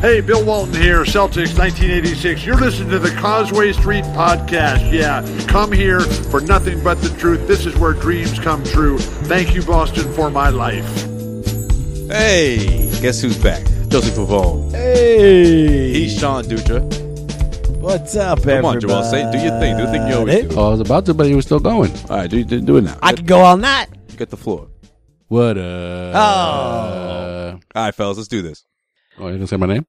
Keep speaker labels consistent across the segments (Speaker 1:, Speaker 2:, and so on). Speaker 1: Hey, Bill Walton here, Celtics 1986. You're listening to the Causeway Street Podcast. Yeah, come here for nothing but the truth. This is where dreams come true. Thank you, Boston, for my life.
Speaker 2: Hey, guess who's back? Joseph Pavone.
Speaker 3: Hey,
Speaker 2: He's Sean Dutra.
Speaker 3: what's up,
Speaker 2: Come
Speaker 3: everybody?
Speaker 2: on, Joel, say- do your thing, do the thing you always do.
Speaker 4: Oh, I was about to, but he was still going.
Speaker 2: All right, do, do, do it now.
Speaker 3: I could go all night.
Speaker 2: You Get the floor.
Speaker 4: What up?
Speaker 3: Oh.
Speaker 2: All right, fellas, let's do this.
Speaker 4: Oh, you gonna say my name?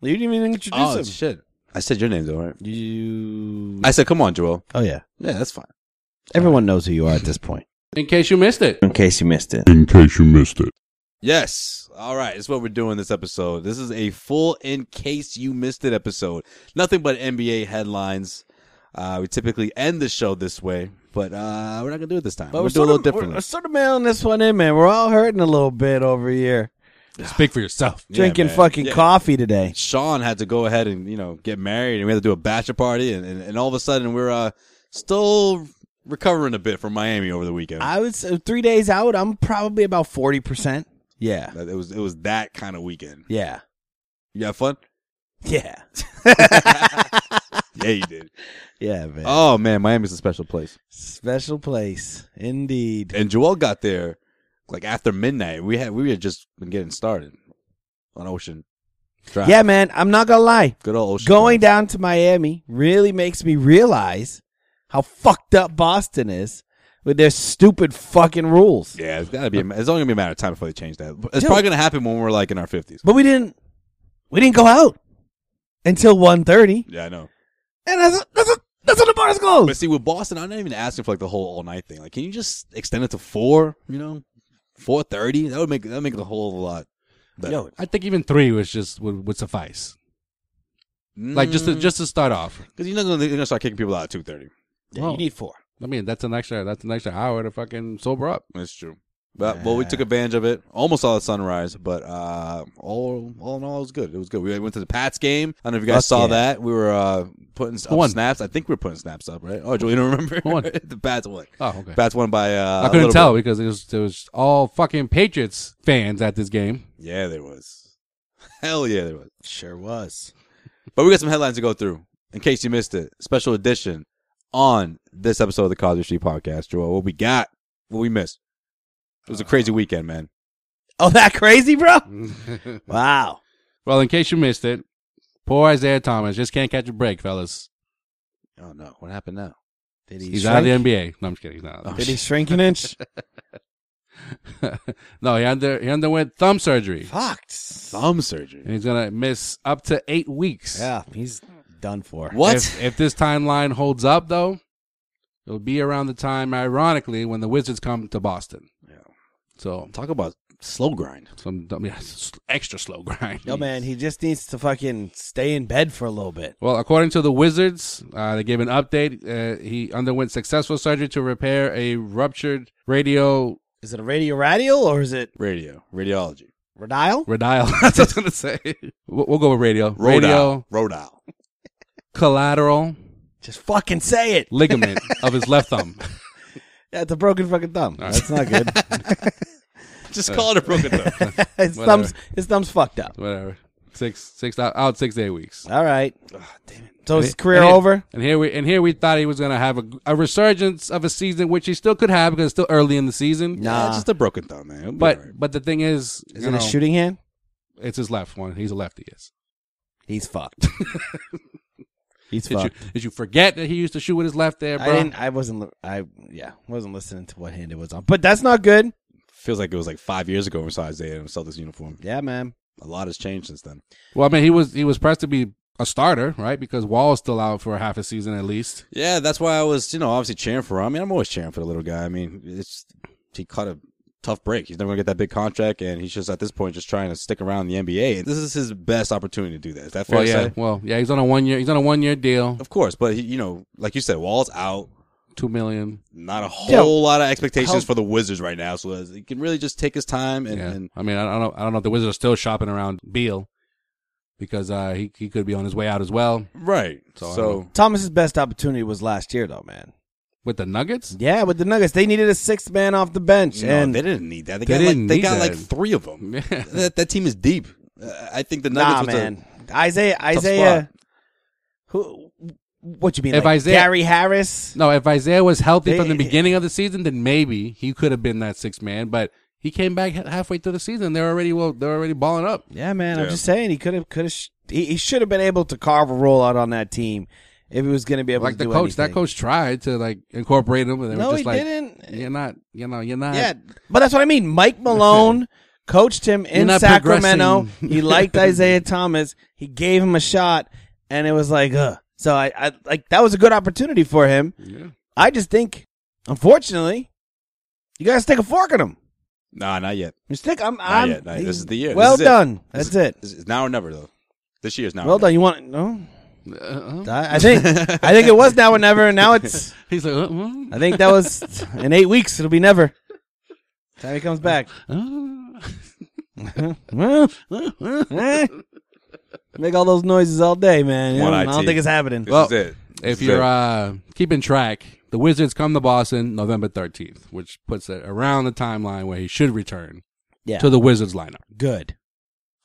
Speaker 3: You didn't even introduce him.
Speaker 2: shit. I said your name, though, right?
Speaker 3: Oh, You.
Speaker 2: I said, come on, Joel.
Speaker 3: oh yeah,
Speaker 2: Yeah, that's fine.
Speaker 3: everyone knows who you are at this point.
Speaker 4: In case you missed it.
Speaker 5: in case you missed it.
Speaker 6: In case you missed it.
Speaker 2: Yes. All right. It's what we're doing this episode. This is a full in case you missed it episode. Nothing but NBA headlines. Uh, we typically end the show this way, but uh, we're not going to do it this time. we're, doing a little differently.
Speaker 3: We're sort of mailing this one in, man. We're all hurting a little bit over here.
Speaker 4: Speak for yourself.
Speaker 2: Yeah,
Speaker 3: Drinking
Speaker 2: man.
Speaker 3: fucking
Speaker 2: Yeah.
Speaker 3: coffee today.
Speaker 2: Sean had to go ahead and you know get married, and we had to do a bachelor party, and, and, and all of a sudden we're uh, still recovering a bit from Miami over the weekend.
Speaker 3: I was uh, three days out. I'm probably about forty percent. Yeah,
Speaker 2: That- it was it was that kind of weekend.
Speaker 3: yeah,
Speaker 2: You have fun?
Speaker 3: yeah,
Speaker 2: Yeah, you did.
Speaker 3: yeah, man.
Speaker 2: oh man, Miami's a special place.
Speaker 3: Special place indeed.
Speaker 2: And Joel got there like after midnight. We had we had just been getting started on Ocean Drive.
Speaker 3: Yeah, man. I'm not gonna lie.
Speaker 2: good old Ocean.
Speaker 3: going
Speaker 2: Drive.
Speaker 3: down to Miami really makes me realize how fucked up Boston is with their stupid fucking rules.
Speaker 2: Yeah, it's gotta be. a ma- It's only gonna be a matter of time before they change that. It's
Speaker 3: Dude.
Speaker 2: probably gonna happen when we're like in our fifties.
Speaker 3: But we didn't we didn't go out until 1.30.
Speaker 2: Yeah, I know.
Speaker 3: And that's that's that's when the bars
Speaker 2: But
Speaker 3: closed.
Speaker 2: see, with Boston, I'm not even asking for like the whole all night thing. Like, can you just extend it to four? You know, four thirty. That would make that would make the whole lot. Better.
Speaker 3: Yo,
Speaker 4: I think even three was just would, would suffice. Like just to, just to start off.
Speaker 2: because you're not gonna, you're gonna start kicking people out at two thirty.
Speaker 3: Yeah, you need four.
Speaker 4: I mean, that's an extra that's an extra hour to fucking sober up.
Speaker 2: That's true. But well, we took advantage of it. Almost saw the sunrise, but uh, all all in all, it was good. It was good. We went to the Pats game. I don't know if you guys
Speaker 3: Fuck
Speaker 2: saw
Speaker 3: yeah.
Speaker 2: that. We were uh, putting up
Speaker 4: won?
Speaker 2: snaps. I think we were putting snaps up, right? Oh, Joel, you don't remember?
Speaker 4: Who won?
Speaker 2: the Pats won.
Speaker 4: Oh, okay.
Speaker 2: Pats won by. Uh,
Speaker 4: I
Speaker 2: a
Speaker 4: couldn't
Speaker 2: little
Speaker 4: tell
Speaker 2: bit.
Speaker 4: because it was, it was all fucking Patriots fans at this game.
Speaker 2: Yeah, there was. Hell yeah, there was.
Speaker 3: Sure was.
Speaker 2: But we got some headlines to go through in case you missed it. Special edition on this episode of the Causeway Street Podcast. Joel, what we got, what we missed. It was a crazy weekend, man.
Speaker 3: Oh, that crazy, bro? wow.
Speaker 4: Well, in case you missed it, poor Isaiah Thomas just can't catch a break, fellas.
Speaker 2: Oh no, what happened now?
Speaker 3: Did he Oh,
Speaker 4: He's
Speaker 3: shrink?
Speaker 4: out of the NBA. No, I'm just kidding. He's not. out of the
Speaker 3: Did he shrink an inch?
Speaker 4: no, he under he underwent thumb surgery,
Speaker 3: Fucked.
Speaker 2: Thumb surgery.
Speaker 4: and he's gonna miss up to eight weeks.
Speaker 3: Yeah, he's done for.
Speaker 2: What?
Speaker 4: If, if this timeline holds up, though, it'll be around the time, ironically, when the Wizards come to Boston.
Speaker 2: Yeah.
Speaker 4: So
Speaker 2: Talk about slow grind.
Speaker 4: some dumb- yeah, s- extra slow grind.
Speaker 3: Yo, man, he just needs to fucking stay in bed for a little bit.
Speaker 4: Well, according to the Wizards, uh, they gave an update. Uh, he underwent successful surgery to repair a ruptured radio
Speaker 3: Is it a radio radial or is it
Speaker 2: Radio, radiology,
Speaker 3: radial?
Speaker 4: radial. That's what I was gonna say. We'll, we'll go with radio. Radio
Speaker 2: Rodile. Rodile.
Speaker 4: collateral
Speaker 3: Just fucking say it.
Speaker 4: ligament of his left thumb.
Speaker 3: Yeah, it's a broken fucking thumb.
Speaker 4: All right.
Speaker 3: That's not good.
Speaker 2: Just call it a broken thumb.
Speaker 3: his
Speaker 4: Whatever.
Speaker 3: thumbs, his thumb's fucked up.
Speaker 4: Whatever. Six six out, out six to eight weeks.
Speaker 3: All right. damn it. So
Speaker 4: And
Speaker 3: his
Speaker 4: he-
Speaker 3: career
Speaker 4: and he-
Speaker 3: over.
Speaker 4: And here we and here we thought he was gonna have a, a resurgence of a season, which he still could have because it's still early in the season.
Speaker 2: Yeah,
Speaker 3: Nah.
Speaker 2: just a broken thumb, man. It'll be
Speaker 4: But
Speaker 2: all right.
Speaker 4: but the thing is,
Speaker 3: Is
Speaker 4: you
Speaker 3: it
Speaker 4: know,
Speaker 3: a shooting hand?
Speaker 4: It's his left one. He's a lefty. Yes.
Speaker 3: He's fucked. He's
Speaker 4: Did you,
Speaker 3: fucked.
Speaker 4: did you forget that he used to shoot with his left there, bro?
Speaker 3: I didn't. I wasn't. li- I yeah. Wasn't listening to what hand it was on. But that's not good.
Speaker 2: feels like it was like five years ago when we saw Isaiah in a Celtics uniform.
Speaker 3: Yeah, man.
Speaker 2: A lot has changed since then.
Speaker 4: Well, I mean, he was he was pressed to be a starter, right? Because Wall is still out for half a season at least.
Speaker 2: Yeah, that's why I was, you know, obviously cheering for him. I mean, I'm always cheering for the little guy. I mean, it's he caught a tough break. He's never gonna get that big contract, and he's just at this point just trying to stick around in the NBA. And this is his best opportunity to do that. Is that fair
Speaker 4: Well,
Speaker 2: to
Speaker 4: yeah,
Speaker 2: say?
Speaker 4: well, yeah. He's on a one year. He's on a one year deal,
Speaker 2: Of course, but he, you know, like you said, Wall's out.
Speaker 4: two million.
Speaker 2: Not a whole
Speaker 3: Yeah.
Speaker 2: lot of expectations
Speaker 3: How-
Speaker 2: for the Wizards right now, so he can really just take his time and,
Speaker 4: yeah.
Speaker 2: and
Speaker 4: I mean, I don't know. I don't know if the Wizards are still shopping around Beal because uh, he he could be on his way out as well
Speaker 2: right. So,
Speaker 4: So, I don't-
Speaker 3: Thomas's best opportunity was last year, though, man.
Speaker 4: with the Nuggets.
Speaker 3: Yeah, with the Nuggets, they needed a sixth man off the bench,
Speaker 2: no,
Speaker 3: and
Speaker 2: they didn't need that. They,
Speaker 4: They
Speaker 2: got
Speaker 4: didn't
Speaker 2: like they
Speaker 4: need
Speaker 2: got like
Speaker 4: that.
Speaker 2: three of them.
Speaker 4: Yeah.
Speaker 2: that, that team is deep. Uh, I think the
Speaker 3: nah,
Speaker 2: Nuggets was a-
Speaker 3: man, Isaiah, Isaiah, who? What you mean?
Speaker 4: If
Speaker 3: like
Speaker 4: Isaiah-
Speaker 3: Gary Harris,
Speaker 4: No, if Isaiah was healthy from the
Speaker 3: They-
Speaker 4: beginning of the season, then maybe he could have been that sixth man. But he came back ha- halfway through the season. They're already well. They're already balling up.
Speaker 3: Yeah, man. I'm
Speaker 2: Yeah.
Speaker 3: just saying he could have could have sh- he, he should have been able to carve a role out on that team if he was going to be able
Speaker 4: Like
Speaker 3: to
Speaker 4: the
Speaker 3: do
Speaker 4: coach, that
Speaker 3: anything.
Speaker 4: coach tried to like incorporate him, and they
Speaker 3: No,
Speaker 4: were just
Speaker 3: he
Speaker 4: like,
Speaker 3: didn't.
Speaker 4: "You're not. You know, you're not."
Speaker 3: Yeah, but that's what I mean. Mike Malone coached him
Speaker 4: You're
Speaker 3: in
Speaker 4: not
Speaker 3: Sacramento.
Speaker 4: progressing.
Speaker 3: He liked Isaiah Thomas. He gave him a shot, and it was like, ugh. So I, I like that was a good opportunity for him.
Speaker 4: Yeah.
Speaker 3: I just think, unfortunately, you got to stick a fork in him.
Speaker 2: Nah, not yet.
Speaker 3: You stick. I'm.
Speaker 2: Not
Speaker 3: I'm
Speaker 2: yet. Not- this is the year.
Speaker 3: Well
Speaker 2: This is it.
Speaker 3: done.
Speaker 2: This
Speaker 3: That's it.
Speaker 2: is- Oh, It's now or never though. This year's now.
Speaker 3: Well
Speaker 2: or never.
Speaker 3: done. You want no?
Speaker 4: Uh-uh.
Speaker 3: I I think. I think it was now or never. And now it's.
Speaker 4: He's like, uh-uh.
Speaker 3: I think that was in eight weeks. It'll be never. Time he comes back.
Speaker 4: Uh.
Speaker 3: Well, eh. Make all those noises all day, man. You know,
Speaker 2: One
Speaker 3: I
Speaker 2: IT.
Speaker 3: don't think it's happening.
Speaker 2: This
Speaker 4: Well,
Speaker 2: is it.
Speaker 4: If
Speaker 2: This is
Speaker 4: you're
Speaker 2: it.
Speaker 4: uh, keeping track, the Wizards come to Boston November 13th, which puts it around the timeline where he should return
Speaker 3: Yeah.
Speaker 4: to the Wizards lineup.
Speaker 3: Good.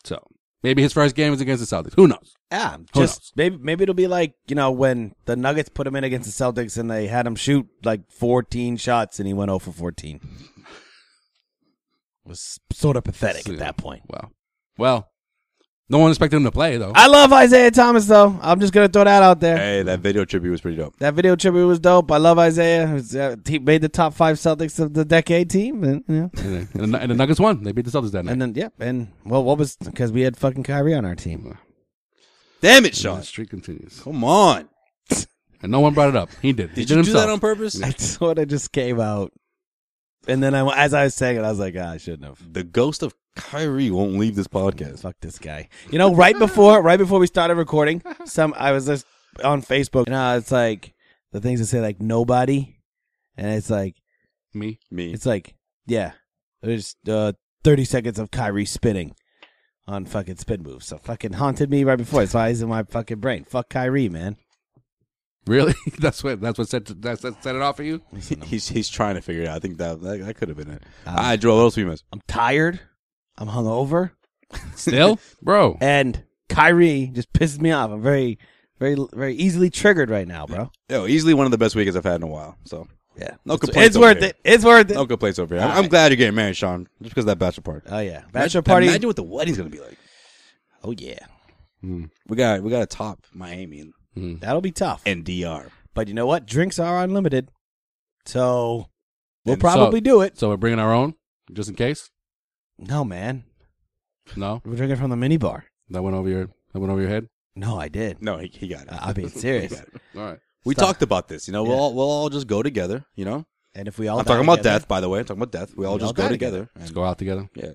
Speaker 4: So maybe his first game is against the Celtics. Who knows?
Speaker 3: Yeah,
Speaker 4: Who
Speaker 3: just maybe maybe it'll be like you know when the Nuggets put him in against the Celtics and they had him shoot like 14 shots and he went 0 for 14. was sort of pathetic
Speaker 4: So,
Speaker 3: at that point.
Speaker 4: Well, well, no one expected him to play though.
Speaker 2: Ah!
Speaker 3: I love Isaiah Thomas though. I'm just gonna throw that out there.
Speaker 2: Hey, that video tribute was pretty dope.
Speaker 3: That video tribute was dope. I love Isaiah. He was, uh, He made the top five Celtics of the decade team, and you know.
Speaker 4: and, the, and the- and the Nuggets won. They beat the Celtics that night.
Speaker 3: And then, yep. And well, what was because we had fucking Kyrie on our team.
Speaker 2: Damn it,
Speaker 4: And
Speaker 2: Sean.
Speaker 4: the streak continues.
Speaker 2: Come on.
Speaker 4: And no one brought it up. He did. he
Speaker 2: Did
Speaker 4: did
Speaker 2: you do
Speaker 4: himself.
Speaker 2: that on purpose?
Speaker 3: I sort of just came out, and then I, as I was saying it, I was like, ah, I shouldn't have.
Speaker 2: The ghost of Kyrie won't leave this podcast.
Speaker 3: Fuck this guy. You know, right before right before we started recording, some I was just on Facebook, and uh, it's like the things that say like nobody, and it's like
Speaker 4: Me.
Speaker 2: Me.
Speaker 3: It's like, yeah, there's uh, 30 seconds of Kyrie spinning on fucking spin moves. So fucking haunted me right before. It's why he's in my fucking brain. Fuck Kyrie, man.
Speaker 4: Really? that's what. That's what set. That's that set it off for you.
Speaker 2: He's he's trying to figure it out. I think that that, that could have been it. I drew a little sweet mess.
Speaker 3: I'm tired. I'm hungover.
Speaker 4: Still, bro.
Speaker 3: And Kyrie just pisses me off. I'm very, very, very easily triggered right now, bro.
Speaker 2: Yo, easily one of the best weekends I've had in a while. So
Speaker 3: Yeah.
Speaker 2: No
Speaker 3: It's-
Speaker 2: complaints
Speaker 3: It's worth
Speaker 2: over
Speaker 3: it. It's worth it.
Speaker 2: no complaints over here.
Speaker 3: All
Speaker 2: I'm, I'm
Speaker 3: right.
Speaker 2: glad you're getting married, Sean. Just because of that bachelor party.
Speaker 3: Oh, yeah. Bachelor
Speaker 2: Imagine-
Speaker 3: party.
Speaker 2: Imagine what the wedding's gonna be like.
Speaker 3: Oh, yeah.
Speaker 2: We got we got to top Miami and,
Speaker 3: That'll be tough.
Speaker 2: and DR.
Speaker 3: But you know what? Drinks are unlimited. So we'll
Speaker 4: And so-
Speaker 3: probably do it.
Speaker 4: So we're bringing our own, just in case.
Speaker 3: No, man.
Speaker 4: No,
Speaker 3: We're drinking from the mini bar.
Speaker 4: that went over your. That went over your head.
Speaker 3: No, I did.
Speaker 2: No, he, he got it.
Speaker 3: I- I'm being serious.
Speaker 2: He got it.
Speaker 4: All right.
Speaker 2: we
Speaker 3: Stop.
Speaker 2: talked about this. You know, we'll
Speaker 3: Yeah.
Speaker 2: all, we'll all just go together. You know,
Speaker 3: And if we all
Speaker 2: I'm talking about
Speaker 3: death.
Speaker 2: death, by the way. I'm talking about death. We all
Speaker 3: We
Speaker 2: just
Speaker 3: all
Speaker 2: go
Speaker 3: die
Speaker 2: together.
Speaker 4: Let's
Speaker 2: and-
Speaker 4: go out together.
Speaker 2: Yeah.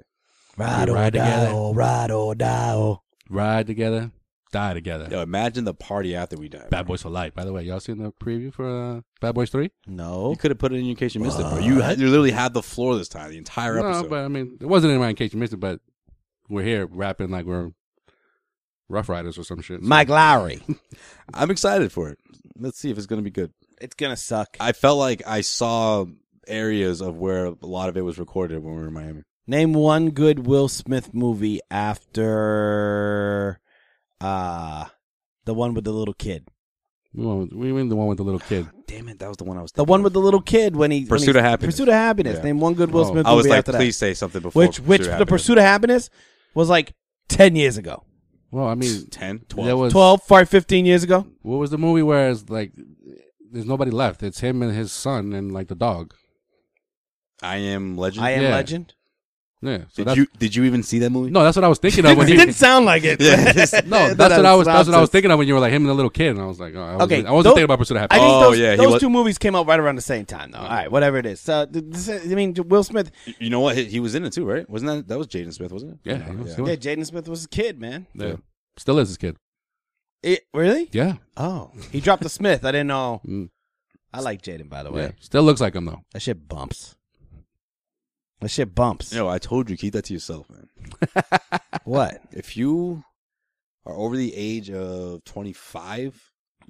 Speaker 3: Ride
Speaker 4: We
Speaker 3: or
Speaker 4: ride
Speaker 3: die,
Speaker 4: together.
Speaker 3: oh, ride or die. oh.
Speaker 4: Ride together. Die together.
Speaker 2: Yo, imagine the party after we die.
Speaker 4: Bad Boys for Life. By the way, y'all seen the preview for uh, Bad Boys Three?
Speaker 3: No.
Speaker 2: You could have put it in your case you missed it, bro. You ha- you literally had the floor this time, the entire
Speaker 4: No,
Speaker 2: episode.
Speaker 4: but I mean, it wasn't in my in case you missed it. But we're here rapping like we're Rough Riders or some shit. So-
Speaker 3: Mike Lowry.
Speaker 2: I'm excited for it. Let's see if it's gonna be good.
Speaker 3: it's gonna suck.
Speaker 2: I felt like I saw areas of where a lot of it was recorded when we were in Miami.
Speaker 3: Name one good Will Smith movie after uh the one with the little kid.
Speaker 4: we went, we went the one with the little kid.
Speaker 2: Damn it, that was the one I was.
Speaker 3: The
Speaker 2: thinking
Speaker 3: one
Speaker 2: of.
Speaker 3: with the little kid when he when
Speaker 2: Pursuit
Speaker 3: he-
Speaker 2: of Happiness.
Speaker 3: Pursuit of happiness.
Speaker 2: Yeah.
Speaker 3: Name one good Will
Speaker 4: Oh.
Speaker 3: Smith.
Speaker 2: I was
Speaker 3: movie
Speaker 2: like,
Speaker 3: after that.
Speaker 2: please say something before.
Speaker 3: Which
Speaker 2: Pursuit
Speaker 3: which
Speaker 2: of
Speaker 3: the
Speaker 2: Happiness.
Speaker 3: Pursuit of Happiness was like ten years ago.
Speaker 4: Well, I mean,
Speaker 2: 10, 12.
Speaker 4: that was
Speaker 3: 12, 5, 15 years ago.
Speaker 4: What was the movie where it's like there's nobody left? It's him and his son and like the dog.
Speaker 2: I am legend.
Speaker 3: I am
Speaker 4: Yeah.
Speaker 3: Legend.
Speaker 4: Yeah. So
Speaker 2: Did
Speaker 4: that's,
Speaker 2: you did you even see that movie?
Speaker 4: No, that's what I was thinking of when
Speaker 3: it
Speaker 4: you.
Speaker 3: didn't sound like it.
Speaker 2: Yeah, it just-
Speaker 4: No, that's what I was. That's what I was thinking of when you were like him and the little kid, and I was like, oh, I wasn't,
Speaker 3: Okay,
Speaker 4: I wasn't
Speaker 3: those-
Speaker 4: thinking about Pursuit of
Speaker 3: I
Speaker 4: Happiness.
Speaker 3: think
Speaker 2: Oh,
Speaker 3: those,
Speaker 2: yeah, he
Speaker 3: those
Speaker 2: was-
Speaker 3: two movies came out right around the same time, though. All right, whatever it is. So, th- this- I mean, Will Smith.
Speaker 2: You know what? He, he was in it too, right? Wasn't that that was Jaden Smith, wasn't it?
Speaker 4: yeah, he was- he was-
Speaker 3: Yeah, Jaden Smith was a kid, man.
Speaker 4: yeah. still is this kid.
Speaker 3: It, really?
Speaker 4: Yeah,
Speaker 3: Oh, he dropped the Smith. I didn't know.
Speaker 4: Mm.
Speaker 3: I like Jaden, by the way.
Speaker 4: yeah, still looks like him though.
Speaker 3: That shit bumps. That shit bumps.
Speaker 2: No, I told you keep that to yourself, man.
Speaker 3: What?
Speaker 2: If you are over the age of twenty five,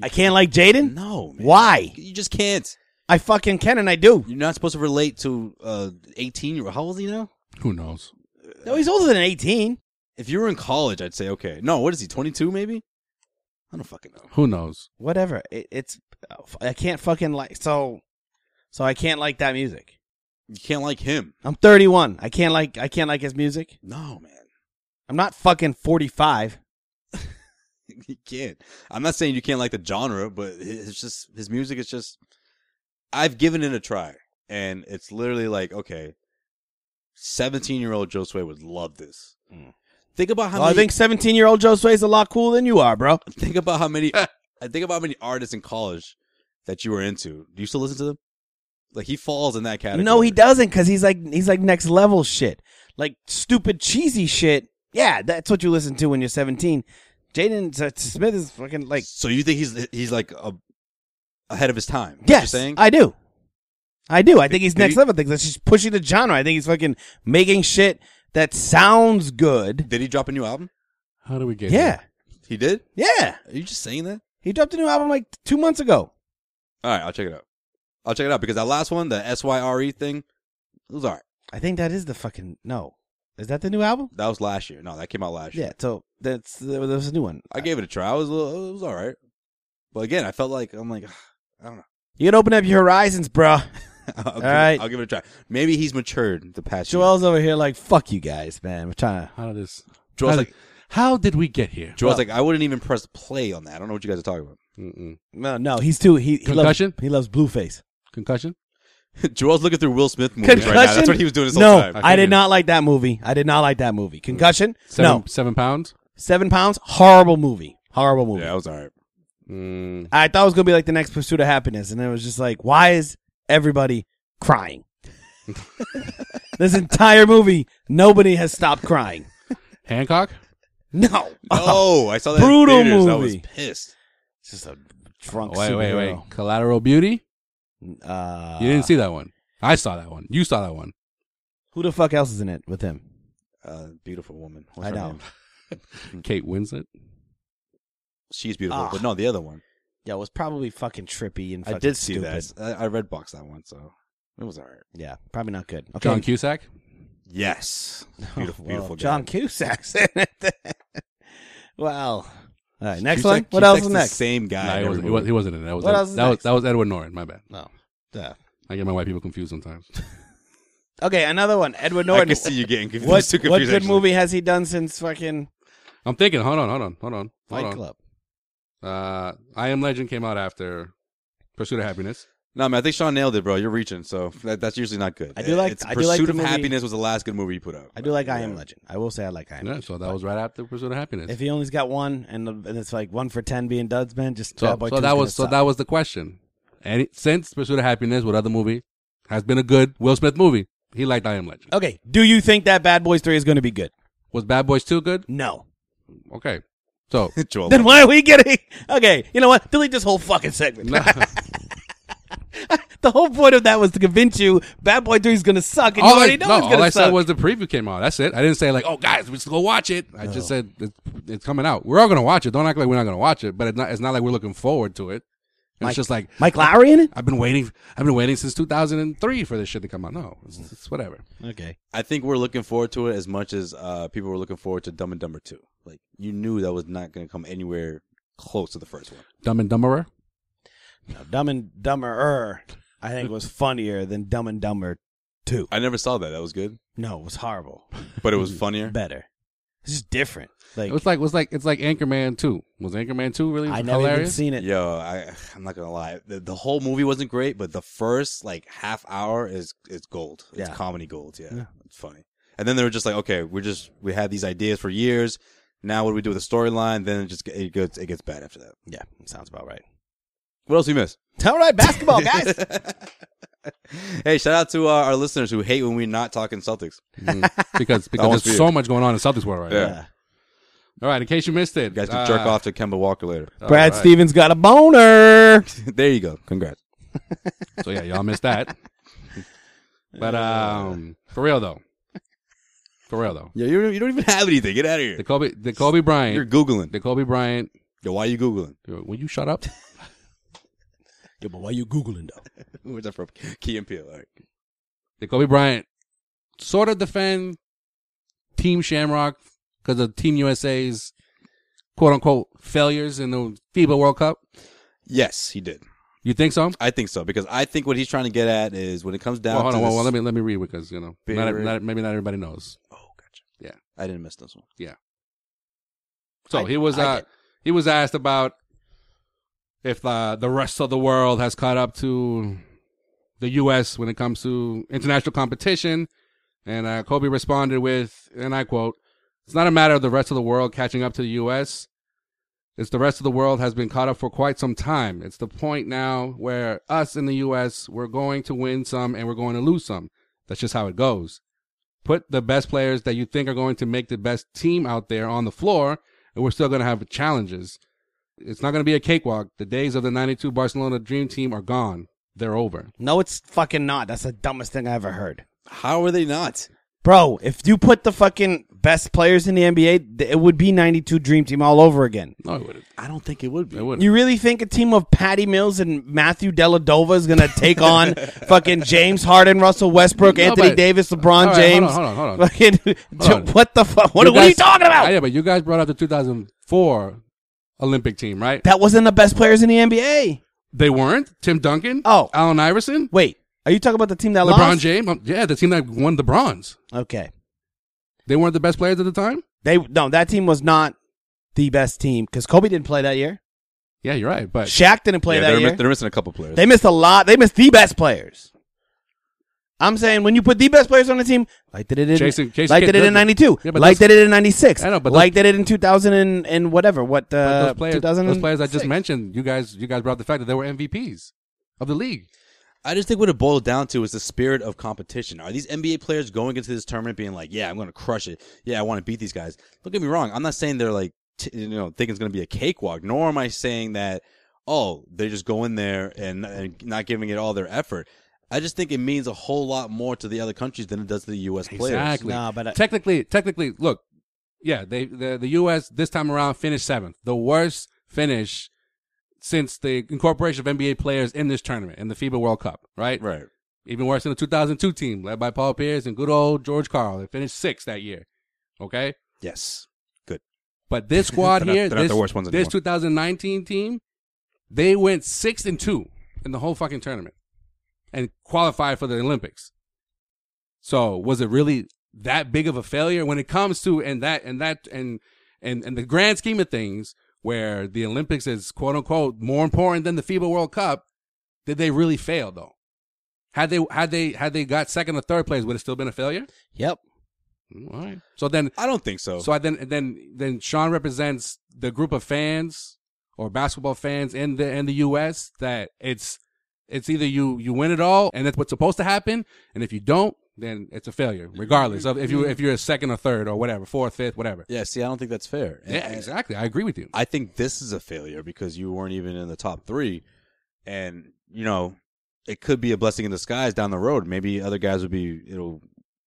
Speaker 3: I can't like Jaden?
Speaker 2: no, man.
Speaker 3: Why?
Speaker 2: You just can't.
Speaker 3: I fucking can, and I do.
Speaker 2: You're not supposed to relate to uh eighteen year. How old is he now?
Speaker 4: Who knows?
Speaker 3: No, he's older than eighteen.
Speaker 2: If you were in college, I'd say okay. No, what is he? Twenty two, maybe? I don't fucking know.
Speaker 4: Who knows?
Speaker 3: Whatever. It, it's I can't fucking like so. So I can't like that music.
Speaker 2: You can't like him.
Speaker 3: I'm 31. I can't like I can't like his music.
Speaker 2: No, man.
Speaker 3: I'm not fucking 45.
Speaker 2: you can't. I'm not saying you can't like the genre, but it's just his music is just. I've given it a try, and it's literally like okay, seventeen year old Joe Sway would love this. Think about how
Speaker 3: Mm. Well, I
Speaker 2: many,
Speaker 3: think 17 year old Joe Sway's a lot cooler than you are, bro.
Speaker 2: think about how many I think about how many artists in college that you were into. Do you still listen to them? Like he falls in that category.
Speaker 3: No, he doesn't, cause he's like he's like next level shit, like stupid cheesy shit. Yeah, that's what you listen to when you're 17. Jaden S- Smith is fucking like
Speaker 2: so you think he's he's like a, ahead of his time? is what
Speaker 3: yes,
Speaker 2: you're saying
Speaker 3: I do, I do. I think he's
Speaker 2: Did
Speaker 3: next
Speaker 2: he-
Speaker 3: level. I think that's just pushing the genre. I think he's fucking making shit that sounds good.
Speaker 2: did he drop a new album?
Speaker 4: How do we get?
Speaker 3: Yeah,
Speaker 2: He did.
Speaker 3: yeah.
Speaker 2: Are you just saying that?
Speaker 3: He dropped a new album like two months ago.
Speaker 2: All right, I'll check it out. I'll check it out because that last one, the S Y R E thing, it was all right.
Speaker 3: I think that is the fucking no. Is that the new album?
Speaker 2: That was last year. No, that came out last year.
Speaker 3: Yeah. So that's there was a new one.
Speaker 2: I gave it a try. I was a little, it was all right. But again, I felt like I'm like, I don't know.
Speaker 3: You can open up your horizons, bro.
Speaker 2: I'll give,
Speaker 3: right.
Speaker 2: it, I'll give it a try. Maybe he's matured the past year.
Speaker 3: Joel's over here like fuck you guys, man. We're trying to.
Speaker 4: How did this?
Speaker 2: Joel's
Speaker 3: uh,
Speaker 4: how
Speaker 2: like,
Speaker 4: did- how did we get here?
Speaker 2: Joel's like, I wouldn't even press play on that. I don't know what you guys are talking about.
Speaker 4: Mm-mm.
Speaker 3: No, no, he's too he, he
Speaker 4: Concussion?
Speaker 3: Loves, he loves Blueface.
Speaker 4: Concussion.
Speaker 2: Joel's looking through Will Smith movies right now. That's what he was doing this whole
Speaker 3: no,
Speaker 2: time.
Speaker 4: I
Speaker 3: I did
Speaker 4: figured.
Speaker 3: not like that movie. I did not like that movie.
Speaker 2: Mm.
Speaker 3: Concussion?
Speaker 4: Seven,
Speaker 3: No,
Speaker 4: seven pounds.
Speaker 3: Seven Pounds. Horrible movie. Horrible movie.
Speaker 2: yeah, I was all right.
Speaker 4: Mm.
Speaker 3: I thought it was gonna be like the next Pursuit of Happiness, and it was just like, why is everybody crying? this entire movie, nobody has stopped crying.
Speaker 4: Hancock.
Speaker 3: No,
Speaker 2: Oh, I saw that. in
Speaker 3: brutal
Speaker 2: theaters. I was
Speaker 3: movie.
Speaker 2: pissed.
Speaker 3: It's just a drunk
Speaker 4: wait, wait, wait.
Speaker 3: superhero.
Speaker 4: Collateral Beauty.
Speaker 3: Uh,
Speaker 4: You didn't see that one. I saw that one. You saw that one.
Speaker 3: who the fuck else is in it with him?
Speaker 2: Uh, beautiful woman. What's
Speaker 3: I
Speaker 2: her
Speaker 3: know.
Speaker 2: name?
Speaker 4: Kate Winslet.
Speaker 2: She's beautiful,
Speaker 3: Ah.
Speaker 2: but no, the other one.
Speaker 3: Yeah, it was probably fucking trippy and.
Speaker 2: I
Speaker 3: Fucking
Speaker 2: did see
Speaker 3: stupid.
Speaker 2: that. I, I read box that one, so it was all right.
Speaker 3: Yeah, probably not good. Okay.
Speaker 4: John Cusack.
Speaker 2: Yes. Beautiful,
Speaker 3: Oh, well,
Speaker 2: beautiful guy.
Speaker 3: John Cusack's in it. well, all right, next
Speaker 2: Cusack-
Speaker 3: one. What
Speaker 2: Cusack's
Speaker 3: else is
Speaker 2: the
Speaker 3: next?
Speaker 2: Same guy.
Speaker 4: Nah,
Speaker 2: in
Speaker 4: he,
Speaker 2: every
Speaker 4: wasn't, he,
Speaker 2: movie.
Speaker 4: was, he wasn't in it. That was,
Speaker 3: What
Speaker 4: Ed-
Speaker 3: else is
Speaker 4: that, was,
Speaker 3: next?
Speaker 4: that was Edward Norton. My bad.
Speaker 3: No. Duh.
Speaker 4: I get my white people confused sometimes.
Speaker 3: Okay, another one.
Speaker 2: I
Speaker 3: Edward Norton.
Speaker 2: can see you getting confused.
Speaker 3: what
Speaker 2: too confused,
Speaker 3: what good
Speaker 2: actually.
Speaker 3: movie has he done since fucking
Speaker 4: I'm thinking. Hold on. Hold on. Hold on. Hold
Speaker 3: Fight
Speaker 4: on.
Speaker 3: Club?
Speaker 4: Uh, I Am Legend came out after Pursuit of Happiness.
Speaker 2: No, man, I think Sean nailed it, bro. You're reaching, so that, that's usually not good.
Speaker 3: I do like-
Speaker 2: It's
Speaker 3: I do
Speaker 2: Pursuit
Speaker 3: like the
Speaker 2: of
Speaker 3: movie-
Speaker 2: Happiness was the last good movie you put out.
Speaker 3: I do like I Am
Speaker 2: Yeah.
Speaker 3: Legend. I will say I like I Am.
Speaker 4: Yeah,
Speaker 3: Legend.
Speaker 4: so that was right after Pursuit of Happiness.
Speaker 3: If he only's got one, and, the, and it's like one for ten being duds, man, just
Speaker 4: so
Speaker 3: Bad Boy
Speaker 4: so
Speaker 3: 2's
Speaker 4: that
Speaker 3: gonna
Speaker 4: was so
Speaker 3: suck.
Speaker 4: that was the question. And it- since Pursuit of Happiness, what other movie has been a good Will Smith movie? He liked I Am Legend.
Speaker 3: Okay, do you think that Bad Boys Three is going to be good?
Speaker 4: Was Bad Boys 2 good?
Speaker 3: No.
Speaker 4: Okay. So
Speaker 2: Joel,
Speaker 3: Then why are we getting? Okay, you know what? Delete this whole fucking segment.
Speaker 4: no,
Speaker 3: The whole point of that was to convince you Bad Boy 3 is going to suck, and you
Speaker 4: all I,
Speaker 3: already know
Speaker 4: no,
Speaker 3: it's going
Speaker 4: all I
Speaker 3: to suck.
Speaker 4: said was the preview came out. That's it. I didn't say like, oh guys, let's go watch it. I just said it's, it's coming out. We're all gonna watch it. Don't act like we're not gonna watch it. But it's not. It's not like we're looking forward to it. It's
Speaker 3: Mike-
Speaker 4: just like
Speaker 3: Mike Lowry in it?
Speaker 4: I've been waiting. I've been waiting since 2003 for this shit to come out. No, it's,
Speaker 3: Mm.
Speaker 4: it's whatever.
Speaker 3: Okay.
Speaker 2: I think we're looking forward to it as much as uh, people were looking forward to Dumb and Dumber 2. Like, you knew that was not going to come anywhere close to the first one.
Speaker 4: Dumb and Dumberer.
Speaker 3: Now, Dumb and Dumber, I think, was funnier than Dumb and Dumber 2.
Speaker 2: I never saw that. That was good,
Speaker 3: No, it was horrible.
Speaker 2: but it was funnier.
Speaker 3: Better. It's just different. Like,
Speaker 4: It was like it was like it's like Anchorman Two. Was Anchorman Two really
Speaker 3: I never even
Speaker 4: hilarious?
Speaker 3: seen it.
Speaker 2: Yo, I, I'm not gonna lie. The, the whole movie wasn't great, but the first like half hour is is gold. It's
Speaker 3: Yeah.
Speaker 2: comedy gold. Yeah. it's funny. And then they were just like, okay, we're just we had these ideas for years. Now what do we do with the storyline? Then it just it gets it gets bad after that.
Speaker 3: Yeah, sounds about right.
Speaker 2: What else we miss?
Speaker 3: All right, basketball, guys.
Speaker 2: hey, shout out to uh, our listeners who hate when we're not talking Celtics.
Speaker 4: because because
Speaker 2: one's for
Speaker 4: there's
Speaker 2: you.
Speaker 4: so much going on in Celtics world right
Speaker 2: Yeah.
Speaker 3: Uh,
Speaker 4: now. All right, in case you missed it,
Speaker 2: You guys can jerk
Speaker 4: uh,
Speaker 2: off to Kemba Walker later.
Speaker 4: all
Speaker 3: Brad
Speaker 4: right.
Speaker 3: Stevens got a boner.
Speaker 2: there you go. Congrats.
Speaker 4: So yeah, y'all missed that. But
Speaker 2: Uh,
Speaker 4: um, for real though, for real though,
Speaker 2: Yeah, you, you don't even have anything. Get out of here.
Speaker 4: the Kobe, the Kobe Bryant,
Speaker 2: You're googling.
Speaker 4: the Kobe Bryant.
Speaker 2: Yo, why are you googling?
Speaker 4: Will you shut up?
Speaker 3: Yeah, but why you googling though?
Speaker 2: Where's that from? Key and Peele. All right.
Speaker 4: Did Kobe Bryant sort of defend Team Shamrock because of Team USA's quote unquote failures in the FIBA World Cup?
Speaker 2: Yes, he did.
Speaker 4: You think so?
Speaker 2: I think so because I think what he's trying to get at is when it comes down
Speaker 4: Well, hold
Speaker 2: to
Speaker 4: on. Well,
Speaker 2: this-
Speaker 4: well, let me let me read because you know
Speaker 2: Big
Speaker 4: not, e,
Speaker 2: word.
Speaker 4: not, maybe not everybody knows.
Speaker 2: Oh, gotcha.
Speaker 4: Yeah.
Speaker 2: I didn't miss this one.
Speaker 4: So he was uh, he was asked about if uh, the rest of the world has caught up to the U.S. when it comes to international competition, and uh, Kobe responded with, and I quote, "It's not a matter of the rest of the world catching up to the U.S. It's the rest of the world has been caught up for quite some time. It's the point now where us in the U.S. we're going to win some and we're going to lose some. That's just how it goes." Put the best players that you think are going to make the best team out there on the floor, and we're still going to have challenges. It's not going to be a cakewalk. The days of the 92 Barcelona dream team are gone. They're over.
Speaker 3: No, it's fucking not. That's the dumbest thing I ever heard.
Speaker 2: How are they not?
Speaker 3: Bro, if you put the fucking best players in the NBA, th- it would be 92 Dream Team all over again.
Speaker 4: No, it wouldn't.
Speaker 2: I don't think it would be.
Speaker 4: It wouldn't.
Speaker 3: You really think a team of Patty Mills and Matthew Dellavedova is going to take on fucking James Harden, Russell Westbrook,
Speaker 4: No,
Speaker 3: Anthony
Speaker 4: but-
Speaker 3: Davis,
Speaker 4: All
Speaker 3: LeBron
Speaker 4: right,
Speaker 3: James?
Speaker 4: Hold on, hold on, hold on.
Speaker 3: Fucking,
Speaker 4: Hold on.
Speaker 3: what the fuck? What, what are you
Speaker 4: guys-
Speaker 3: talking about?
Speaker 4: Ah, yeah, but you guys brought up the 2004 Olympic team, right?
Speaker 3: that wasn't the best players in the NBA.
Speaker 4: They weren't. Tim Duncan.
Speaker 3: Oh.
Speaker 4: Allen Iverson.
Speaker 3: Wait, are you talking about the team that
Speaker 4: LeBron
Speaker 3: lost?
Speaker 4: James. Um, Yeah, the team that won the bronze.
Speaker 3: Okay,
Speaker 4: They weren't the best players at the time.
Speaker 3: they no, that team was not the best team because Kobe didn't play that year.
Speaker 4: Yeah, you're right. But
Speaker 3: Shaq didn't play
Speaker 2: Yeah,
Speaker 3: that
Speaker 2: they're,
Speaker 3: year.
Speaker 2: mi- they're missing a couple players.
Speaker 3: They missed a lot. They missed the best players. I'm saying when you put the best players on the team, like they did in
Speaker 4: Jason- Jason
Speaker 3: like they
Speaker 4: Kidd
Speaker 3: did
Speaker 4: does
Speaker 3: in
Speaker 4: it.
Speaker 3: '92,
Speaker 4: Yeah, but
Speaker 3: like
Speaker 4: those-
Speaker 3: they did in '96,
Speaker 4: I know, but
Speaker 3: like they did in 2000 and, and whatever. What
Speaker 4: but
Speaker 3: uh,
Speaker 4: those players,
Speaker 3: 2000
Speaker 4: those players I just mentioned, you guys, you guys brought up the fact that they were MVPs of the league.
Speaker 2: I just think what it boiled down to is the spirit of competition. Are these NBA players going into this tournament being like, "Yeah, I'm going to crush it. Yeah, I want to beat these guys." Don't get me wrong. I'm not saying they're like, t- you know, thinking it's going to be a cakewalk. Nor am I saying that, oh, they just go in there and, and not giving it all their effort. I just think it means a whole lot more to the other countries than it does to the U.S. players.
Speaker 4: Exactly.
Speaker 3: No, but uh, I-
Speaker 4: technically, technically, look, yeah, they the, the U.S. this time around finished seventh, the worst finish since the incorporation of NBA players in this tournament in the FIBA World Cup, right?
Speaker 2: Right.
Speaker 4: Even worse than the 2002 team led by Paul Pierce and good old George Carl. They finished sixth that year. Okay,
Speaker 2: Yes.
Speaker 4: but this squad
Speaker 2: They're not-
Speaker 4: here,
Speaker 2: they're not
Speaker 4: this,
Speaker 2: the worst ones
Speaker 4: this
Speaker 2: anymore.
Speaker 4: 2019 team, they went six and two in the whole fucking tournament and qualified for the Olympics. So was it really that big of a failure when it comes to and that and that and and and the grand scheme of things where the Olympics is quote unquote more important than the FIBA World Cup? Did they really fail though? Had they had they had they got second or third place, would it still been a failure?
Speaker 3: Yep.
Speaker 4: Mm, All right. So then
Speaker 2: I don't think so.
Speaker 4: so I then then then Sean represents the group of fans or basketball fans in the in the U.S. that it's it's either you you win it all and that's what's supposed to happen, and if you don't, then it's a failure, regardless of if you if you're a second or third or whatever, fourth, fifth, whatever.
Speaker 2: yeah. See, I don't think that's fair. And-
Speaker 4: Yeah,
Speaker 2: and-
Speaker 4: exactly. I agree with you.
Speaker 2: I think this is a failure because you weren't even in the top three, and you know it could be a blessing in disguise down the road. Maybe other guys would be it'll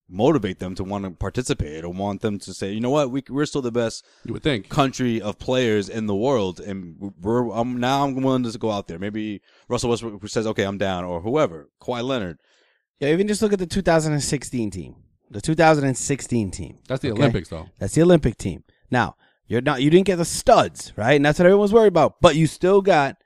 Speaker 2: motivate them to want to participate. It'll want them to say, you know what, we we're still the best
Speaker 4: You would think.
Speaker 2: country of players in the world, and we're I'm, now I'm willing to go out there. Maybe Russell Westbrook who says, okay, I'm down, or whoever, Kawhi Leonard.
Speaker 3: Yeah, even just look at the 2016 team. The 2016 team.
Speaker 4: That's the
Speaker 3: okay?
Speaker 4: Olympics, though.
Speaker 3: That's the Olympic team. Now, you're not you didn't get the studs, right? And that's what everyone's worried about. But you still got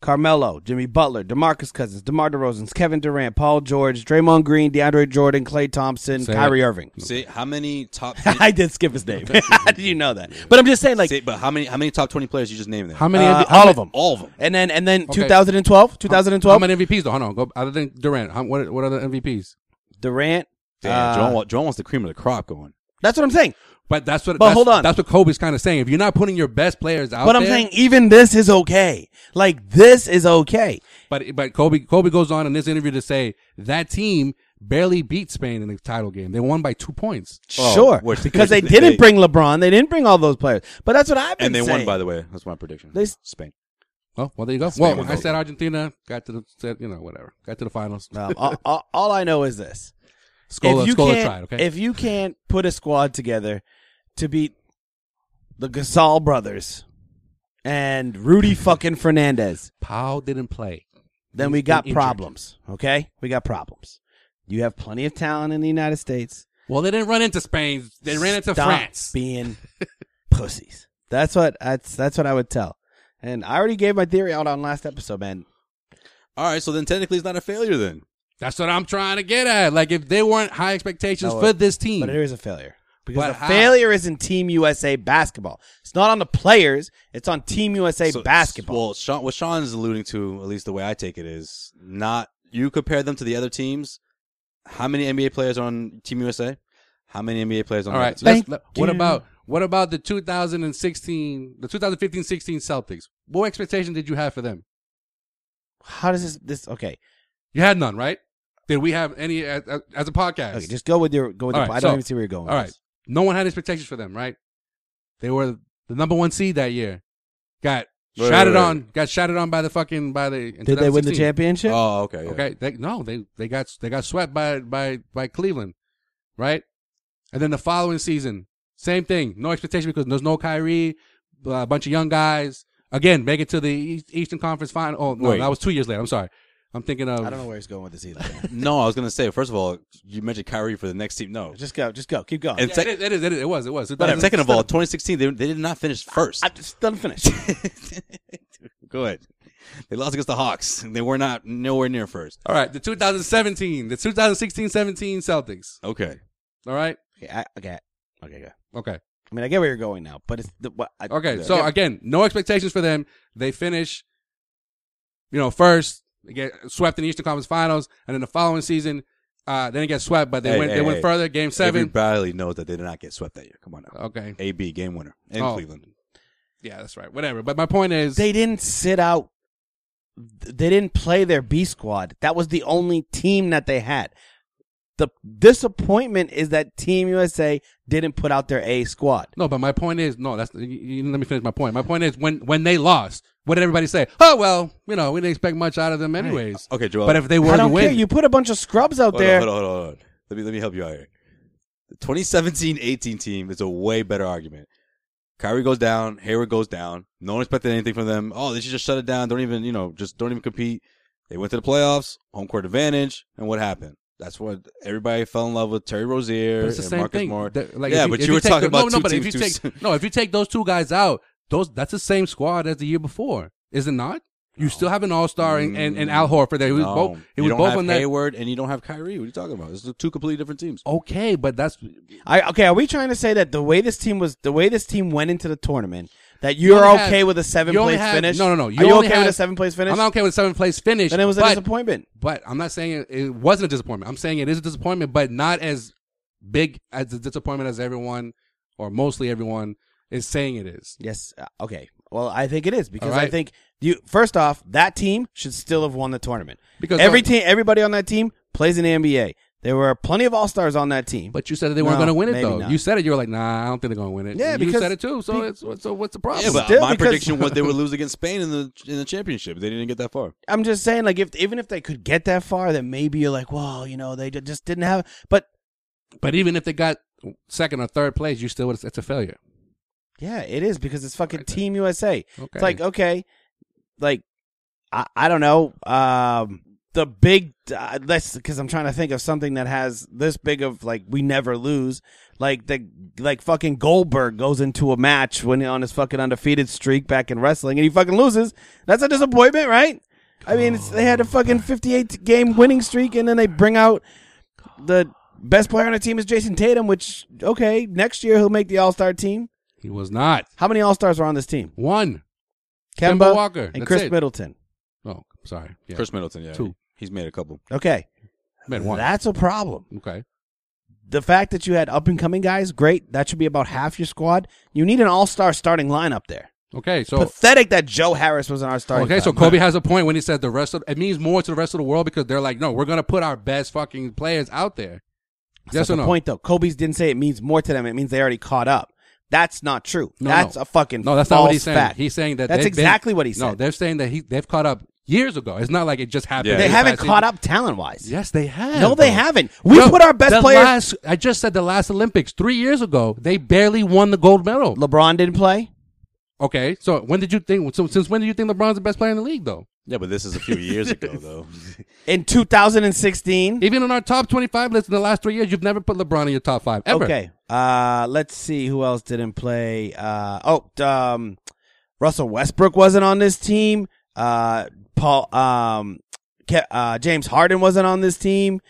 Speaker 3: Carmelo, Jimmy Butler, DeMarcus Cousins, DeMar DeRozan, Kevin Durant, Paul George, Draymond Green, DeAndre Jordan, Clay Thompson,
Speaker 4: Say
Speaker 3: Kyrie
Speaker 4: it.
Speaker 3: Irving.
Speaker 2: See how many top.
Speaker 3: I did skip his name. How did you know that? But I'm just saying, like
Speaker 2: see, but how many how many top twenty players you just named there?
Speaker 4: How Eh, many?
Speaker 3: uh,
Speaker 4: MV- how
Speaker 3: all
Speaker 4: many-
Speaker 3: of them.
Speaker 2: All of them.
Speaker 3: And then and then
Speaker 4: Okay.
Speaker 3: 2012,
Speaker 4: How
Speaker 3: 2012,
Speaker 4: many MVPs though? Hold on. Go other than Durant. How, what what other MVPs?
Speaker 3: Durant,
Speaker 2: Damn,
Speaker 3: Uh,
Speaker 2: Joan, wa- Joan wants the cream of the crop going.
Speaker 3: That's what I'm saying.
Speaker 4: But that's what.
Speaker 3: But
Speaker 4: that's-
Speaker 3: hold on.
Speaker 4: that's what Kobe's kind of saying. If you're not putting your best players out,
Speaker 3: But I'm
Speaker 4: there-
Speaker 3: saying even this is okay. Like this is okay.
Speaker 4: But but Kobe Kobe goes on in this interview to say that team barely beat Spain in the title game. They won by two points.
Speaker 2: Oh,
Speaker 3: sure,
Speaker 2: which-
Speaker 3: because they
Speaker 2: they-
Speaker 3: didn't
Speaker 2: they-
Speaker 3: bring LeBron. They didn't bring all those players. But that's what I've been
Speaker 2: And they
Speaker 3: saying.
Speaker 2: won, by the way. That's my prediction.
Speaker 3: They s-
Speaker 2: Spain.
Speaker 4: Oh well, there you go.
Speaker 2: Spain
Speaker 4: well,
Speaker 2: was
Speaker 4: I said
Speaker 2: over.
Speaker 4: Argentina got to the said, you know whatever got to the finals.
Speaker 3: Um, all, all- all I know is this:
Speaker 4: Scola,
Speaker 3: if you
Speaker 4: Scola
Speaker 3: can't,
Speaker 4: tried. Okay,
Speaker 3: if you can't put a squad together to beat the Gasol brothers and Rudy fucking Fernandez,
Speaker 4: Powell didn't play,
Speaker 3: then
Speaker 4: He's
Speaker 3: we
Speaker 4: been
Speaker 3: got
Speaker 4: injured.
Speaker 3: problems. Okay, we got problems. You have plenty of talent in the United States.
Speaker 4: Well, they didn't run into Spain. They ran into
Speaker 3: Stop
Speaker 4: France.
Speaker 3: Being pussies. That's what that's that's what I would tell. And I already gave my theory out on last episode, man.
Speaker 2: All right, so then technically it's not a failure then.
Speaker 4: That's what I'm trying to get at. Like if they weren't high expectations
Speaker 3: No,
Speaker 4: for
Speaker 3: it-
Speaker 4: this team,
Speaker 3: But it is a failure. Because
Speaker 4: But
Speaker 3: the
Speaker 4: how?
Speaker 3: failure is in Team USA basketball. It's not on the players, it's on Team USA
Speaker 2: So-
Speaker 3: basketball.
Speaker 2: Well, Sean, what Sean's alluding to, at least the way I take it, is not you compare them to the other teams. How many NBA players are on Team USA? How many NBA players on?
Speaker 4: All
Speaker 2: the
Speaker 4: right.
Speaker 2: other team?
Speaker 4: let's-
Speaker 3: Thank
Speaker 4: let- what
Speaker 3: you.
Speaker 4: about what about the 2016, the 2015-16 Celtics? What expectation did you have for them?
Speaker 3: How does this this okay.
Speaker 4: You had none, right? Did we have any as, as a podcast?
Speaker 3: Okay, just go with your go with
Speaker 4: All
Speaker 3: your,
Speaker 4: right,
Speaker 3: I don't
Speaker 4: so-
Speaker 3: even see where you're going.
Speaker 4: All right. No one had expectations for them, right? They were the number one seed that year. Got
Speaker 2: Wait,
Speaker 4: shattered
Speaker 2: wait, wait.
Speaker 4: on. Got shattered on by the fucking by the. in uh,
Speaker 3: Did they win the
Speaker 4: 2016.
Speaker 3: championship?
Speaker 2: Oh, okay. yeah.
Speaker 4: Okay. They, no, they they got they got swept by by by Cleveland, right? And then the following season, same thing. No expectation because there's no Kyrie, uh, a bunch of young guys. Again, make it to the East- Eastern Conference final. Oh no,
Speaker 2: Wait.
Speaker 4: that was two years later. I'm sorry. I'm thinking of.
Speaker 3: I don't know where he's going with this either.
Speaker 2: No, I was gonna say. First of all, you mentioned Kyrie for the next team. No.
Speaker 3: just go, just go. Keep going.
Speaker 2: And
Speaker 4: Yeah,
Speaker 2: sec-
Speaker 4: it, is, it is. It is. It was. It was. It
Speaker 2: and
Speaker 4: doesn't-
Speaker 2: second of all, 2016, they, they did not finish first.
Speaker 3: I just done finish.
Speaker 2: Go ahead. They lost against the Hawks. They were not nowhere near first.
Speaker 4: all right, the 2017, the 2016-17 Celtics.
Speaker 2: Okay.
Speaker 4: All right.
Speaker 3: okay, I, okay. Okay, go.
Speaker 4: Okay.
Speaker 3: I mean, I get where you're going now, but it's the what I,
Speaker 4: Okay.
Speaker 3: yeah.
Speaker 4: So again, no expectations for them. They finish, you know, first. They get swept in the Eastern Conference Finals, and then the following season, uh, they didn't get swept, but they
Speaker 2: Hey,
Speaker 4: went.
Speaker 2: hey,
Speaker 4: they went
Speaker 2: hey.
Speaker 4: further. Game seven.
Speaker 2: Everybody knows that they did not get swept that year. Come on now.
Speaker 4: okay.
Speaker 2: AB game winner in
Speaker 4: Oh.
Speaker 2: Cleveland.
Speaker 4: Yeah, that's right. Whatever. But my point is,
Speaker 3: they didn't sit out. They didn't play their B squad. That was the only team that they had. The disappointment is that Team USA didn't put out their A squad.
Speaker 4: no. But my point is, no. That's you, you- let me finish my point. My point is, when when they lost, what did everybody say? Oh well, you know, we didn't expect much out of them, anyways.
Speaker 2: Okay, Joel.
Speaker 4: But if they were
Speaker 3: I
Speaker 4: to
Speaker 3: don't
Speaker 4: win,
Speaker 3: care. You put a bunch of scrubs out
Speaker 2: Hold
Speaker 3: there.
Speaker 2: on, hold on, hold on, hold on. Let me let me help you out here. The 2017-18 team is a way better argument. Kyrie goes down, Hayward goes down. No one expected anything from them. Oh, they should just shut it down. Don't even, you know, just don't even compete. They went to the playoffs, home court advantage, and what happened? That's what everybody fell in love with Terry Rozier
Speaker 4: But it's the
Speaker 2: and
Speaker 4: same
Speaker 2: Marcus
Speaker 4: thing.
Speaker 2: Smart.
Speaker 4: That- like,
Speaker 2: yeah,
Speaker 4: if
Speaker 2: but
Speaker 4: if
Speaker 2: you were
Speaker 4: take
Speaker 2: talking
Speaker 4: the-
Speaker 2: about
Speaker 4: no, no,
Speaker 2: two
Speaker 4: but
Speaker 2: teams
Speaker 4: if
Speaker 2: too
Speaker 4: you
Speaker 2: soon.
Speaker 4: take, no, if you take those two guys out, those that's the same squad as the year before, is it not? You still have an all star and, and, and
Speaker 3: Mm,
Speaker 4: Al Horford there. He was
Speaker 2: No.
Speaker 4: both.
Speaker 2: you
Speaker 4: He was
Speaker 2: don't
Speaker 4: both
Speaker 2: have
Speaker 4: on that.
Speaker 2: Hayward and you don't have Kyrie. What are you talking about? It's two completely different teams.
Speaker 4: Okay, but that's
Speaker 3: I, okay, are we trying to say that the way this team was, the way this team went into the tournament, that you're
Speaker 4: only had-
Speaker 3: okay with a seven
Speaker 4: you only
Speaker 3: place
Speaker 4: had-
Speaker 3: finish?
Speaker 4: No, no, no.
Speaker 3: You are you
Speaker 4: only
Speaker 3: okay with
Speaker 4: had-
Speaker 3: a seven place finish?
Speaker 4: I'm not okay with a seven place finish.
Speaker 3: then it was a
Speaker 4: but,
Speaker 3: disappointment.
Speaker 4: But I'm not saying it, it wasn't a disappointment. I'm saying it is a disappointment, but not as big as a disappointment as everyone or mostly everyone is saying it is.
Speaker 3: Yes. uh, Okay. Well, I think it is because I
Speaker 4: right.
Speaker 3: think you. First off, that team should still have won the tournament
Speaker 4: Because
Speaker 3: every
Speaker 4: no,
Speaker 3: team, everybody on that team plays in the NBA. There were plenty of all stars on that team.
Speaker 4: But you said that they weren't
Speaker 3: No,
Speaker 4: going to win it
Speaker 3: maybe
Speaker 4: though.
Speaker 3: not.
Speaker 4: You said it. You were like, nah, I don't think they're going to win it.
Speaker 3: Yeah,
Speaker 4: you
Speaker 3: because
Speaker 4: said it too. So
Speaker 3: pe-
Speaker 4: it's so what's the problem?
Speaker 2: Yeah, but
Speaker 3: Still,
Speaker 2: my
Speaker 3: because-
Speaker 2: prediction was they would lose against Spain in the in the championship. They didn't get that far.
Speaker 3: I'm just saying, like, if even if they could get that far, then maybe you're like, well, you know, they ju- just didn't have. But
Speaker 4: But even if they got second or third place, you still it's, it's a failure.
Speaker 3: yeah, it is because it's fucking Team USA.
Speaker 4: Okay.
Speaker 3: It's like uh, okay, like I, I don't know. Um, the big uh, let's because I'm trying to think of something that has this big of like we never lose. Like the like fucking Goldberg goes into a match when on his fucking undefeated streak back in wrestling and he fucking loses. That's a disappointment, right? I mean, it's, they had a fucking 58 game winning streak and then they bring out the best player on the team is Jason Tatum, which okay, next year he'll make the All Star team.
Speaker 4: he was not
Speaker 3: How many All Stars are on this team?
Speaker 4: one.
Speaker 3: Kemba,
Speaker 4: Kemba Walker.
Speaker 3: and
Speaker 4: That's
Speaker 3: Chris
Speaker 4: it.
Speaker 3: Middleton.
Speaker 4: Oh, sorry. Yeah.
Speaker 2: Chris Middleton, yeah,
Speaker 4: Two.
Speaker 2: he's made a couple.
Speaker 3: Okay,
Speaker 4: Man, one.
Speaker 3: that's a problem.
Speaker 4: okay.
Speaker 3: the fact that you had up and coming guys, great. That should be about half your squad. You need an all star starting lineup there.
Speaker 4: Okay, so
Speaker 3: Pathetic that Joe Harris was in our starting.
Speaker 4: Okay, so
Speaker 3: lineup.
Speaker 4: Kobe has a point when he said the rest of it means more to the rest of the world because they're like, no, we're gonna put our best fucking players out there.
Speaker 3: That's
Speaker 4: Yes
Speaker 3: not
Speaker 4: or
Speaker 3: the
Speaker 4: no?
Speaker 3: point though. Kobe's didn't say it means more to them. It means they already caught up. That's not true.
Speaker 4: No,
Speaker 3: that's
Speaker 4: no.
Speaker 3: a fucking
Speaker 4: No, that's not what
Speaker 3: false
Speaker 4: he's saying.
Speaker 3: fact.
Speaker 4: He's saying that
Speaker 3: that's
Speaker 4: they've been-
Speaker 3: exactly what he
Speaker 4: No,
Speaker 3: said.
Speaker 4: they're saying that he they've caught up years ago. It's not like it just happened.
Speaker 2: Yeah.
Speaker 3: they
Speaker 4: this
Speaker 3: haven't
Speaker 4: past
Speaker 3: caught
Speaker 4: season.
Speaker 3: up talent wise.
Speaker 4: Yes, they have.
Speaker 3: No, they
Speaker 4: bro.
Speaker 3: haven't. We
Speaker 4: Bro,
Speaker 3: put our best
Speaker 4: the
Speaker 3: player.
Speaker 4: last- I just said the last Olympics three years ago. They barely won the gold medal.
Speaker 3: LeBron didn't play.
Speaker 4: Okay, so when did you think? So since when do you think LeBron's the best player in the league, though?
Speaker 2: Yeah, but this is a few years ago, though.
Speaker 3: in 2016.
Speaker 4: Even on our top twenty-five list in the last three years, you've never put LeBron in your top five ever.
Speaker 3: Okay. Uh, let's see who else didn't play. Uh, oh, um, Russell Westbrook wasn't on this team. Uh, Paul, um, Ke- uh, James Harden wasn't on this team.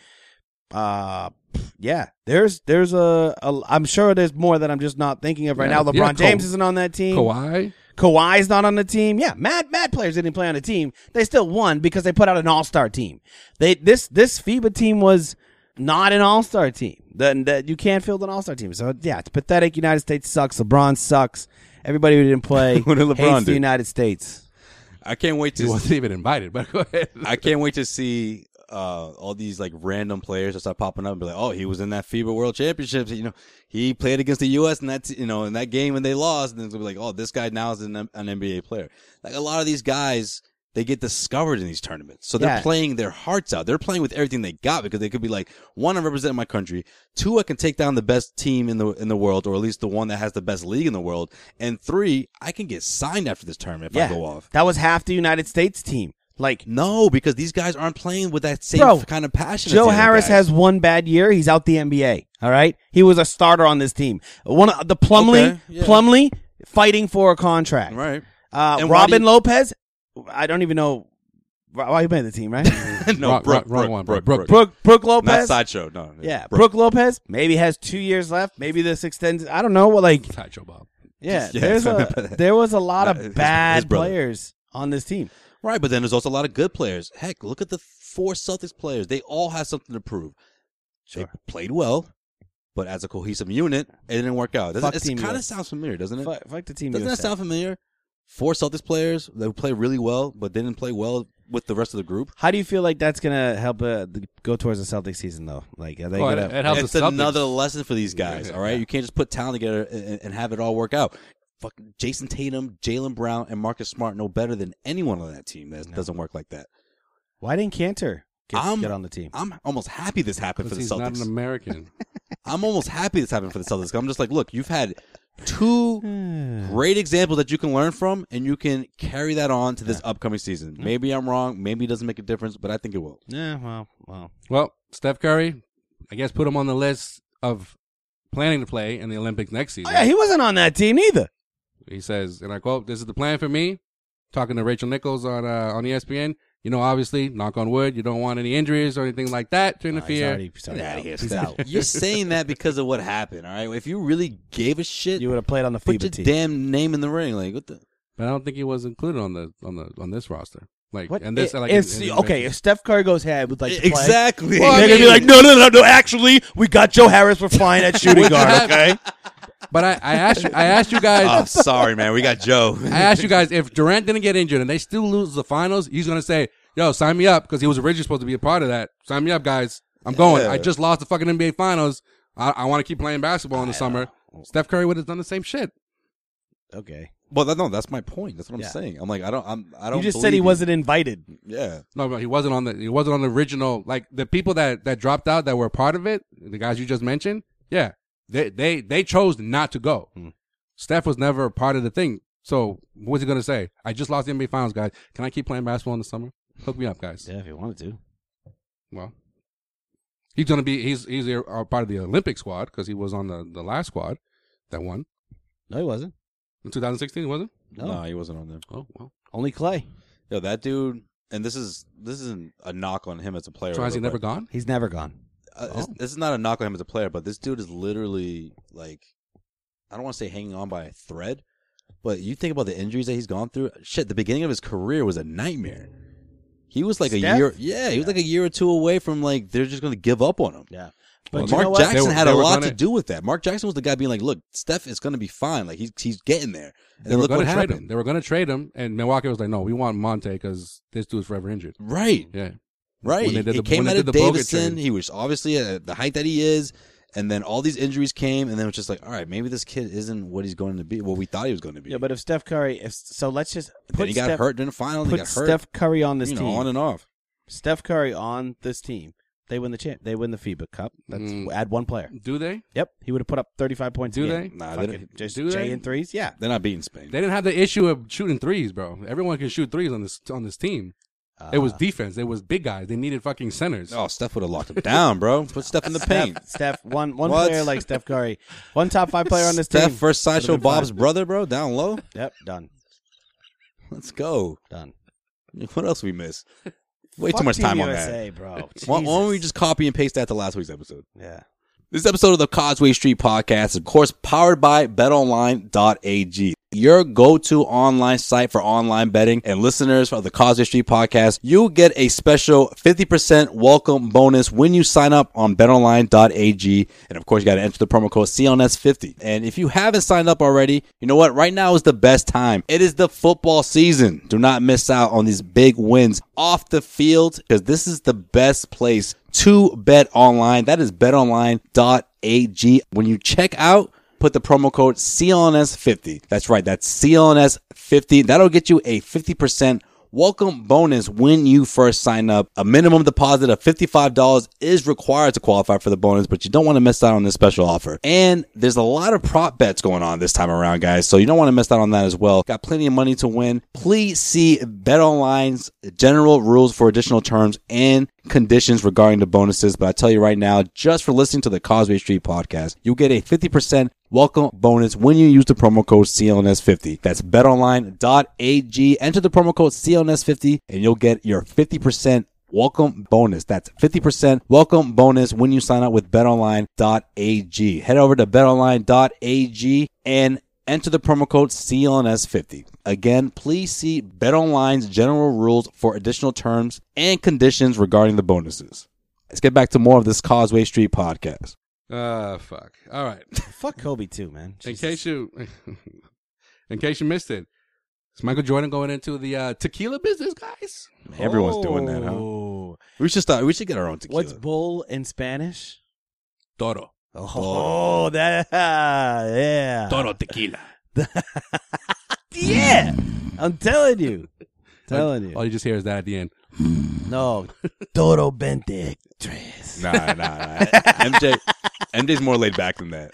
Speaker 3: Uh, yeah, there's, there's a, a, I'm sure there's more that I'm just not thinking of right
Speaker 4: Yeah,
Speaker 3: now. LeBron
Speaker 4: yeah, Ka-
Speaker 3: James isn't on that team.
Speaker 4: Kawhi.
Speaker 3: Kawhi's not on the team. Yeah, mad mad players didn't play on the team. They still won because they put out an all star team. They this this FIBA team was not an all star team. Then that you can't field an all star team. So yeah, it's pathetic. United States sucks. LeBron sucks. Everybody who didn't play
Speaker 2: What did LeBron
Speaker 3: hates
Speaker 2: do?
Speaker 3: the United States.
Speaker 2: I can't wait
Speaker 4: He
Speaker 2: to.
Speaker 4: wasn't even invited, but go ahead.
Speaker 2: I can't wait to see uh, all these like random players that start popping up and be like, "Oh, he was in that FIBA World Championships. You know, he played against the U.S. in that you know in that game and they lost." And it's gonna be like, "Oh, this guy now is an, an NBA player." Like a lot of these guys, they get discovered in these tournaments, so they're
Speaker 3: Yeah.
Speaker 2: playing their hearts out. They're playing with everything they got because they could be like, one, I'm representing my country. Two, I can take down the best team in the in the world, or at least the one that has the best league in the world. And three, I can get signed after this tournament if
Speaker 3: yeah,
Speaker 2: I go off.
Speaker 3: that was half the United States team. Like
Speaker 2: No, because these guys aren't playing with that same
Speaker 3: Bro,
Speaker 2: kind of passion. as
Speaker 3: Joe
Speaker 2: the other
Speaker 3: Harris
Speaker 2: guys.
Speaker 3: has one bad year. He's out the NBA. All right, he was a starter on this team. One of the Plumlee
Speaker 2: Okay, yeah.
Speaker 3: Plumlee fighting for a contract.
Speaker 2: right.
Speaker 3: Uh,
Speaker 2: And why
Speaker 3: Robin
Speaker 2: do you-
Speaker 3: Lopez. I don't even know why why he made the team, right?
Speaker 2: no,
Speaker 4: Wrong-
Speaker 2: Brooke,
Speaker 4: wrong
Speaker 2: Brooke,
Speaker 4: one,
Speaker 2: Brooke, Brooke,
Speaker 4: Brooke.
Speaker 3: Brooke Brooke
Speaker 2: not
Speaker 3: Lopez.
Speaker 2: sideshow. No,
Speaker 3: yeah, Brooke. Lopez maybe has two years left. Maybe this extends. I don't know. Well, like
Speaker 4: Sideshow Bob.
Speaker 3: yeah,
Speaker 2: Yeah,
Speaker 3: there's a
Speaker 2: but-
Speaker 3: there was a lot of
Speaker 2: Not his-
Speaker 3: bad
Speaker 2: his brother.
Speaker 3: players on this team.
Speaker 2: Right, but then there's also a lot of good players. Heck, look at the four Celtics players. They all have something to prove. They played well, but as a cohesive unit, it didn't work out.
Speaker 3: Fuck
Speaker 2: Doesn't,
Speaker 3: Team
Speaker 2: it kind of
Speaker 3: US.
Speaker 2: sounds familiar, doesn't it?
Speaker 3: Fuck, fuck the team.
Speaker 2: doesn't that
Speaker 3: USA.
Speaker 2: sound familiar? Four Celtics players that play really well, but they didn't play well with the rest of the group.
Speaker 3: How do you feel like that's gonna help uh, the, go towards the Celtics season though? Like are they
Speaker 4: Oh, it,
Speaker 3: gonna?
Speaker 4: it helps
Speaker 2: it's
Speaker 4: the Celtics.
Speaker 2: another lesson for these guys.
Speaker 4: Yeah.
Speaker 2: All right, you can't just put talent together and, and have it all work out. Fucking Jason Tatum, Jalen Brown, and Marcus Smart know better than anyone on that team. That doesn't work like that.
Speaker 3: why didn't Cantor get,
Speaker 2: I'm-
Speaker 3: get on the team?
Speaker 2: I'm almost happy this happened for
Speaker 4: Because
Speaker 2: the
Speaker 4: he's not an
Speaker 2: Celtics.
Speaker 4: American.
Speaker 2: I'm almost happy this happened for the Celtics. I'm just like, look, you've had two great examples that you can learn from, and you can carry that on to this upcoming season. Maybe I'm wrong. Maybe it doesn't make a difference, but I think it will.
Speaker 3: yeah, well, well,
Speaker 4: well, Steph Curry, I guess put him on the list of planning to play in the Olympics
Speaker 3: oh,
Speaker 4: next season.
Speaker 3: yeah, he wasn't on that team either.
Speaker 4: He says, and I quote, "This is the plan for me." Talking to Rachel Nichols on uh, on ESPN, you know, obviously, knock on wood, you don't want any injuries or anything like that to
Speaker 3: Nah, he's
Speaker 4: interfere.
Speaker 3: already- he's already
Speaker 2: Get outta here,
Speaker 3: He's
Speaker 2: Steph.
Speaker 3: out.
Speaker 2: You're saying that because of what happened. All right, if you really gave a shit,
Speaker 3: You would have played on the
Speaker 2: put your
Speaker 3: FIBA team.
Speaker 2: damn name in the ring. Like what the.
Speaker 4: but I don't think he was included on the on the on this roster. Like,
Speaker 3: What?
Speaker 4: and this
Speaker 3: I-
Speaker 4: like
Speaker 3: if-
Speaker 4: in- in-
Speaker 3: okay, if Steph Curry goes ahead with like to play,
Speaker 2: exactly.
Speaker 4: Well, I
Speaker 3: they're gonna E- be
Speaker 4: mean-
Speaker 3: like, no, no, no, no. Actually, we got Joe Harris. We're fine at shooting guard. Okay,
Speaker 4: But I, I asked you, I asked you guys.
Speaker 2: oh, sorry, man. We got Joe.
Speaker 4: I asked you guys if Durant didn't get injured and they still lose the finals, he's gonna say, "Yo, sign me up," because he was originally supposed to be a part of that. Sign me up, guys. I'm going.
Speaker 2: Yeah.
Speaker 4: I just lost the fucking NBA finals. I, I want to keep playing basketball in the summer. Steph Curry would have done the same shit.
Speaker 3: okay.
Speaker 2: well, that, no, that's my point. That's what I'm
Speaker 3: Yeah.
Speaker 2: saying. I'm like, I don't, I'm, I don't.
Speaker 3: You just said he
Speaker 2: believe
Speaker 3: wasn't invited.
Speaker 2: you. Yeah.
Speaker 4: No, but he wasn't on the. He wasn't on the original. Like the people that that dropped out that were a part of it, the guys you just mentioned. Yeah, they they they chose not to go. Steph was never a part of the thing. So what's he gonna say? I just lost the NBA finals, guys. Can I keep playing basketball in the summer? Hook me up, guys.
Speaker 3: Yeah, if you wanted to.
Speaker 4: Well, he's gonna be he's he's a, a part of the Olympic squad because he was on the the last squad that won
Speaker 3: No, he wasn't.
Speaker 4: in 2016, wasn't?
Speaker 2: No.
Speaker 3: No.
Speaker 2: he wasn't on there.
Speaker 4: Oh well,
Speaker 3: Only Clay.
Speaker 2: Yo, that dude. And this is this isn't a knock on him as a player.
Speaker 4: so has he
Speaker 2: but-
Speaker 4: never gone?
Speaker 3: He's never gone.
Speaker 2: Uh, it's-
Speaker 4: Oh.
Speaker 2: This is not a knock on him as a player, but this dude is literally like, I don't want to say hanging on by a thread, but you think about the injuries that he's gone through. Shit, the beginning of his career was a nightmare. He was like
Speaker 3: Steph?
Speaker 2: a year, yeah, he was like a year or two away from like they're just gonna give up on him.
Speaker 3: Yeah.
Speaker 2: Well,
Speaker 3: But you know
Speaker 2: Mark
Speaker 3: what?
Speaker 2: Jackson
Speaker 4: They were-
Speaker 2: had
Speaker 4: they
Speaker 2: a
Speaker 4: were
Speaker 2: lot
Speaker 4: gonna-
Speaker 2: to do with that. Mark Jackson was the guy being like, "Look, Steph is going to be fine. Like he's he's getting there." And
Speaker 4: They were
Speaker 2: look
Speaker 4: going
Speaker 2: what
Speaker 4: to trade him.
Speaker 2: happened.
Speaker 4: They were going to trade him, and Milwaukee was like, "No, we want Monte because this dude's forever injured."
Speaker 2: Right,
Speaker 4: Yeah,
Speaker 2: right.
Speaker 4: When they did
Speaker 2: he
Speaker 4: the-
Speaker 2: came
Speaker 4: when
Speaker 2: out
Speaker 4: they
Speaker 2: of
Speaker 4: did the Bogut
Speaker 2: Davidson.
Speaker 4: trade.
Speaker 2: He was obviously at the height that he is, and then all these injuries came, and then it was just like, "All right, maybe this kid isn't what he's going to be. What we thought he was going to be."
Speaker 3: Yeah, but if Steph Curry, if so, let's just
Speaker 2: But then
Speaker 3: put
Speaker 2: he got
Speaker 3: Steph,
Speaker 2: hurt during the final. He
Speaker 3: put
Speaker 2: got hurt.
Speaker 3: Steph Curry on this
Speaker 2: you know,
Speaker 3: team.
Speaker 2: on and off.
Speaker 3: Steph Curry on this team. They win the champ. They win the FIBA Cup. That's
Speaker 4: Mm.
Speaker 3: add one player.
Speaker 4: do they?
Speaker 3: Yep, he would have put up thirty five points. a
Speaker 4: Do
Speaker 3: game.
Speaker 4: they?
Speaker 2: Nah,
Speaker 3: Fuck
Speaker 2: they
Speaker 3: it.
Speaker 2: don't-
Speaker 3: just
Speaker 4: do
Speaker 3: Jay
Speaker 4: they?
Speaker 3: and threes. Yeah,
Speaker 2: They're not beating Spain.
Speaker 4: They didn't have the issue of shooting threes, bro. Everyone can shoot threes on this on this team.
Speaker 3: Ah.
Speaker 4: it was defense. It was big guys. They needed fucking centers.
Speaker 2: oh, Steph would have locked him down, bro. Put Steph in the paint.
Speaker 3: Steph, Steph one one
Speaker 2: What?
Speaker 3: player like Steph Curry, one top five player on this
Speaker 2: Steph
Speaker 3: team.
Speaker 2: first
Speaker 3: Would've
Speaker 2: sideshow
Speaker 3: been fine.
Speaker 2: Bob's brother, bro, down low.
Speaker 3: Yep, done,
Speaker 2: Let's go.
Speaker 3: done.
Speaker 2: What else we miss? Way
Speaker 3: Fuck
Speaker 2: too much
Speaker 3: Team
Speaker 2: time on that.
Speaker 3: USA, bro.
Speaker 2: Why, why don't we
Speaker 3: Jesus.
Speaker 2: just copy and paste that to last week's episode?
Speaker 3: yeah.
Speaker 2: This episode of the Causeway Street Podcast is, of course, powered by betonline.ag, your go to online site for online betting. And listeners of the Causeway Street Podcast, you get a special 50% welcome bonus when you sign up on betonline.ag. And of course, you got to enter the promo code CLNS50. And if you haven't signed up already, you know what? Right now is the best time. It is the football season. Do not miss out on these big wins off the field because this is the best place to bet online. That is betonline.ag. When you check out, put the promo code CLNS50. That's right, that's CLNS50. That'll get you a 50% welcome bonus when you first sign up. A minimum deposit of $55 is required to qualify for the bonus, but you don't want to miss out on this special offer. And there's a lot of prop bets going on this time around, guys, so you don't want to miss out on that as well. Got plenty of money to win. Please see BetOnline's general rules for additional terms and conditions regarding the bonuses, but I tell you right now, just for listening to the Causeway Street podcast, you'll get a 50% welcome bonus when you use the promo code CLNS50. That's betonline.ag. Enter the promo code CLNS50 and you'll get your 50% welcome bonus. That's 50% welcome bonus when you sign up with betonline.ag. Head over to betonline.ag and Enter the promo code CLNS50. Again, please see BetOnline's general rules for additional terms and conditions regarding the bonuses. Let's get back to more of this Causeway Street podcast.
Speaker 4: Ah, fuck. All right.
Speaker 3: Fuck Kobe too, man.
Speaker 4: In
Speaker 3: Jesus.
Speaker 4: case you, in case you missed it, is Michael Jordan going into the uh, tequila business, guys?
Speaker 2: Everyone's doing that, huh?
Speaker 3: Oh.
Speaker 2: We should start. We should get our own tequila.
Speaker 3: What's bull in Spanish?
Speaker 4: Toro,
Speaker 3: Oh, that yeah,
Speaker 4: toro tequila.
Speaker 3: yeah. I'm telling you, telling
Speaker 4: All
Speaker 3: you.
Speaker 4: you just hear is that at the end.
Speaker 3: No, Toro Bente Tres.
Speaker 2: nah, nah, nah. MJ, MJ's more laid back than that.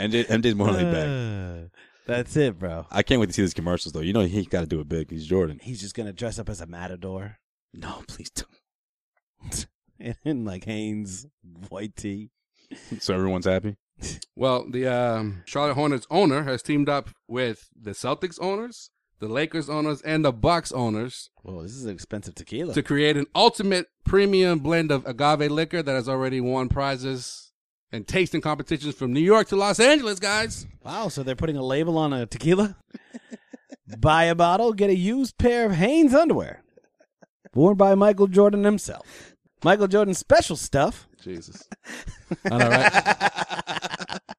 Speaker 2: MJ, MJ's more laid back.
Speaker 3: Uh, That's it, bro.
Speaker 2: I can't wait to see these commercials though. You know he got to do it big. He's Jordan.
Speaker 3: He's just gonna dress up as a matador
Speaker 2: No, please don't.
Speaker 3: in like Hanes white tee.
Speaker 2: So everyone's happy.
Speaker 4: Well, the um, Charlotte Hornets owner has teamed up with the Celtics owners, the Lakers owners, and the Bucks owners
Speaker 3: Whoa, this is an expensive tequila.
Speaker 4: to create an ultimate premium blend of agave liquor that has already won prizes and tasting competitions from New York to Los Angeles, guys.
Speaker 3: wow, so they're putting a label on a tequila. Buy a bottle, get a used pair of Hanes underwear, worn by Michael Jordan himself. Michael Jordan's special stuff.
Speaker 4: Jesus. All right.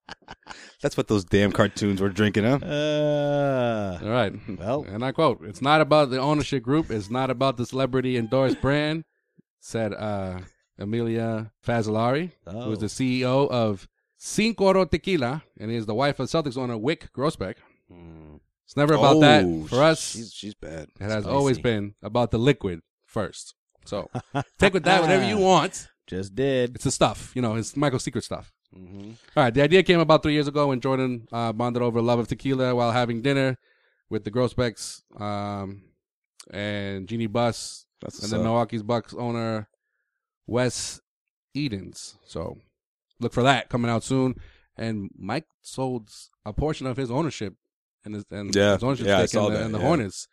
Speaker 2: That's what those damn cartoons were drinking, huh?
Speaker 3: Uh,
Speaker 4: All right.
Speaker 3: Well.
Speaker 4: and I quote, it's not about the ownership group. It's not about the celebrity endorsed brand, said uh, Amelia Fazzolari, who
Speaker 3: Oh.
Speaker 4: is the CEO of Cinco Oro Tequila and is the wife of Celtics owner Wick Grossbeck. It's never about
Speaker 2: Oh,
Speaker 4: that. For us,
Speaker 2: she's, she's bad.
Speaker 4: it has
Speaker 3: spicy.
Speaker 4: always been about the liquid first. So take with that whatever you want.
Speaker 3: oh, just did. Mm-hmm.
Speaker 4: It's the stuff, you know, it's Michael's secret stuff. All right, the idea came about three years ago when Jordan uh, bonded over love of tequila while having dinner with the Grossbecks um, and Jeannie Buss
Speaker 2: That's
Speaker 4: and the Milwaukee's Bucks owner Wes Edens. So look for that coming out soon. And Mike sold a portion of his ownership and his, and
Speaker 2: Yeah,
Speaker 4: his ownership
Speaker 2: yeah, I
Speaker 4: stake in
Speaker 2: saw
Speaker 4: the,
Speaker 2: that,
Speaker 4: in the
Speaker 2: yeah.
Speaker 4: Hornets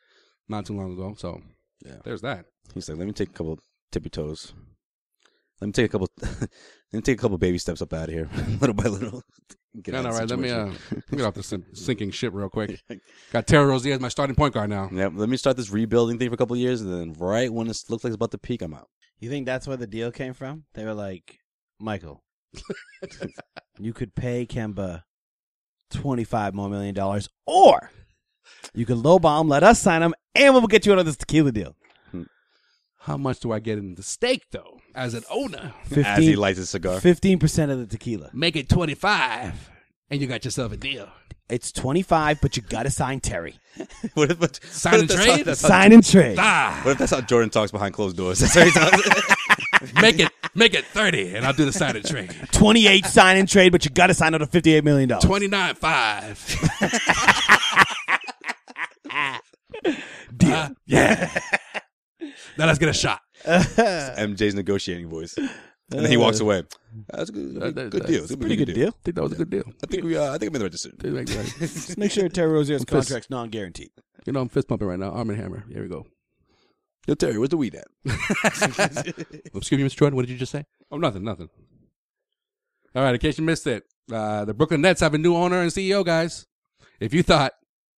Speaker 4: not too long ago. So
Speaker 2: Yeah.
Speaker 4: there's that.
Speaker 2: He's like, let me take a couple tippy toes. Let me take a couple. let me take a couple baby steps up out of here, little by little. Get
Speaker 4: No,
Speaker 2: out
Speaker 4: no,
Speaker 2: of the
Speaker 4: right. Let me uh,
Speaker 2: situation.
Speaker 4: get off the sin- sinking ship real quick. Got Terry Rozier as my starting point guard now.
Speaker 2: Yeah, let me start this rebuilding thing for a couple years, and then right when it looks like it's about to peak, I'm out.
Speaker 3: You think that's where the deal came from? They were like, Michael, you could pay Kemba twenty five more million dollars, or you could lowball him, let us sign him, and we'll get you another tequila deal.
Speaker 4: How much do I get in the steak though? As an owner,
Speaker 2: As he lights a cigar.
Speaker 3: Fifteen percent of the tequila.
Speaker 4: make it twenty five, and you got yourself a deal.
Speaker 3: It's twenty five, but you gotta sign Terry.
Speaker 2: What if, but,
Speaker 4: Sign
Speaker 2: what
Speaker 4: and
Speaker 2: if that's
Speaker 4: trade?
Speaker 2: How, that's how-
Speaker 3: Sign and trade.
Speaker 4: Ah,
Speaker 2: what if that's how Jordan talks behind closed doors? That's how he talks.
Speaker 4: make it make it thirty, and I'll do the sign and trade.
Speaker 3: Twenty eight sign and trade, but you gotta sign another fifty eight million dollars.
Speaker 4: Twenty nine five.
Speaker 3: deal.
Speaker 4: Yeah. Uh, now let's get a shot.
Speaker 2: MJ's negotiating voice, and then he
Speaker 3: Uh,
Speaker 2: walks away. That's a good,
Speaker 4: Uh,
Speaker 2: good
Speaker 4: that-
Speaker 2: deal.
Speaker 4: that's
Speaker 2: It's a
Speaker 3: Pretty good deal.
Speaker 4: I think that was a good deal.
Speaker 2: I think we. Uh, I think I made the right decision.
Speaker 3: Just make sure Terry Rozier's
Speaker 4: pissed.
Speaker 3: contract's non guaranteed.
Speaker 4: you know, I'm fist pumping right now. Arm and Hammer. Here we go.
Speaker 2: Yo, Terry, where's the weed at?
Speaker 4: Excuse me, Mr. Jordan. What did you just say? Oh, nothing, nothing. All right. In case you missed it, uh, the Brooklyn Nets have a new owner and CEO, guys. If you thought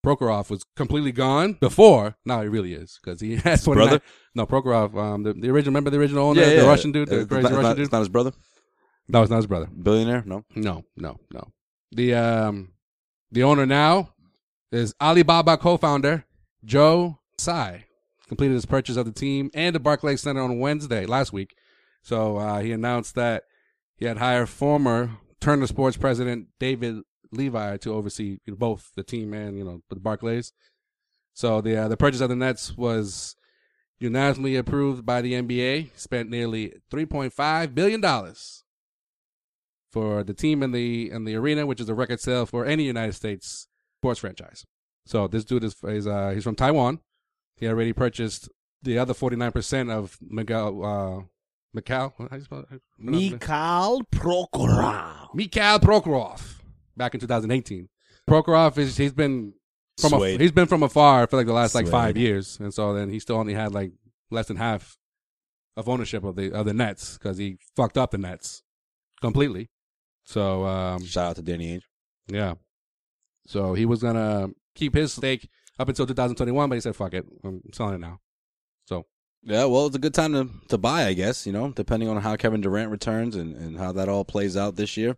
Speaker 4: Prokhorov was completely gone before, now he really is because he has one
Speaker 2: brother?
Speaker 4: No, Prokhorov. Um, the, the original. Remember the original owner, Oh, the Russian dude, the
Speaker 2: It's
Speaker 4: crazy
Speaker 2: Uh, not- it's
Speaker 4: Russian
Speaker 2: not-
Speaker 4: dude.
Speaker 2: It's not his brother,
Speaker 4: no, it's not his brother.
Speaker 2: billionaire. No,
Speaker 4: No, no, no. The um the owner now is Alibaba co-founder Joe Tsai. Completed his purchase of the team and the Barclays Center on Wednesday last week. So uh, he announced that he had hired former Turner Sports president David Levi to oversee you know, both the team and you know the Barclays. So the uh, the purchase of the Nets was unanimously approved by the NBA. Spent nearly three point five billion dollars for the team and the and the arena, which is a record sale for any United States sports franchise. So this dude is is uh, he's from Taiwan. He already purchased the other forty nine percent of Macau. Uh, Macau, how do you spell it?
Speaker 3: Mikhail Prokhorov.
Speaker 4: Mikhail Prokhorov back in 2018. Prokhorov is he's been from a,
Speaker 2: Swayed.
Speaker 4: he's been from afar for like the last like
Speaker 2: Swayed.
Speaker 4: five years, and so then he still only had like less than half of ownership of the of the Nets because he fucked up the Nets completely. So um,
Speaker 2: Shout out to Danny Ainge.
Speaker 4: yeah, so he was gonna keep his stake up until 2021, but he said fuck it, I'm selling it now. So
Speaker 2: Yeah, well, it's a good time to, to buy, I guess. You know, depending on how Kevin Durant returns and, and how that all plays out this year,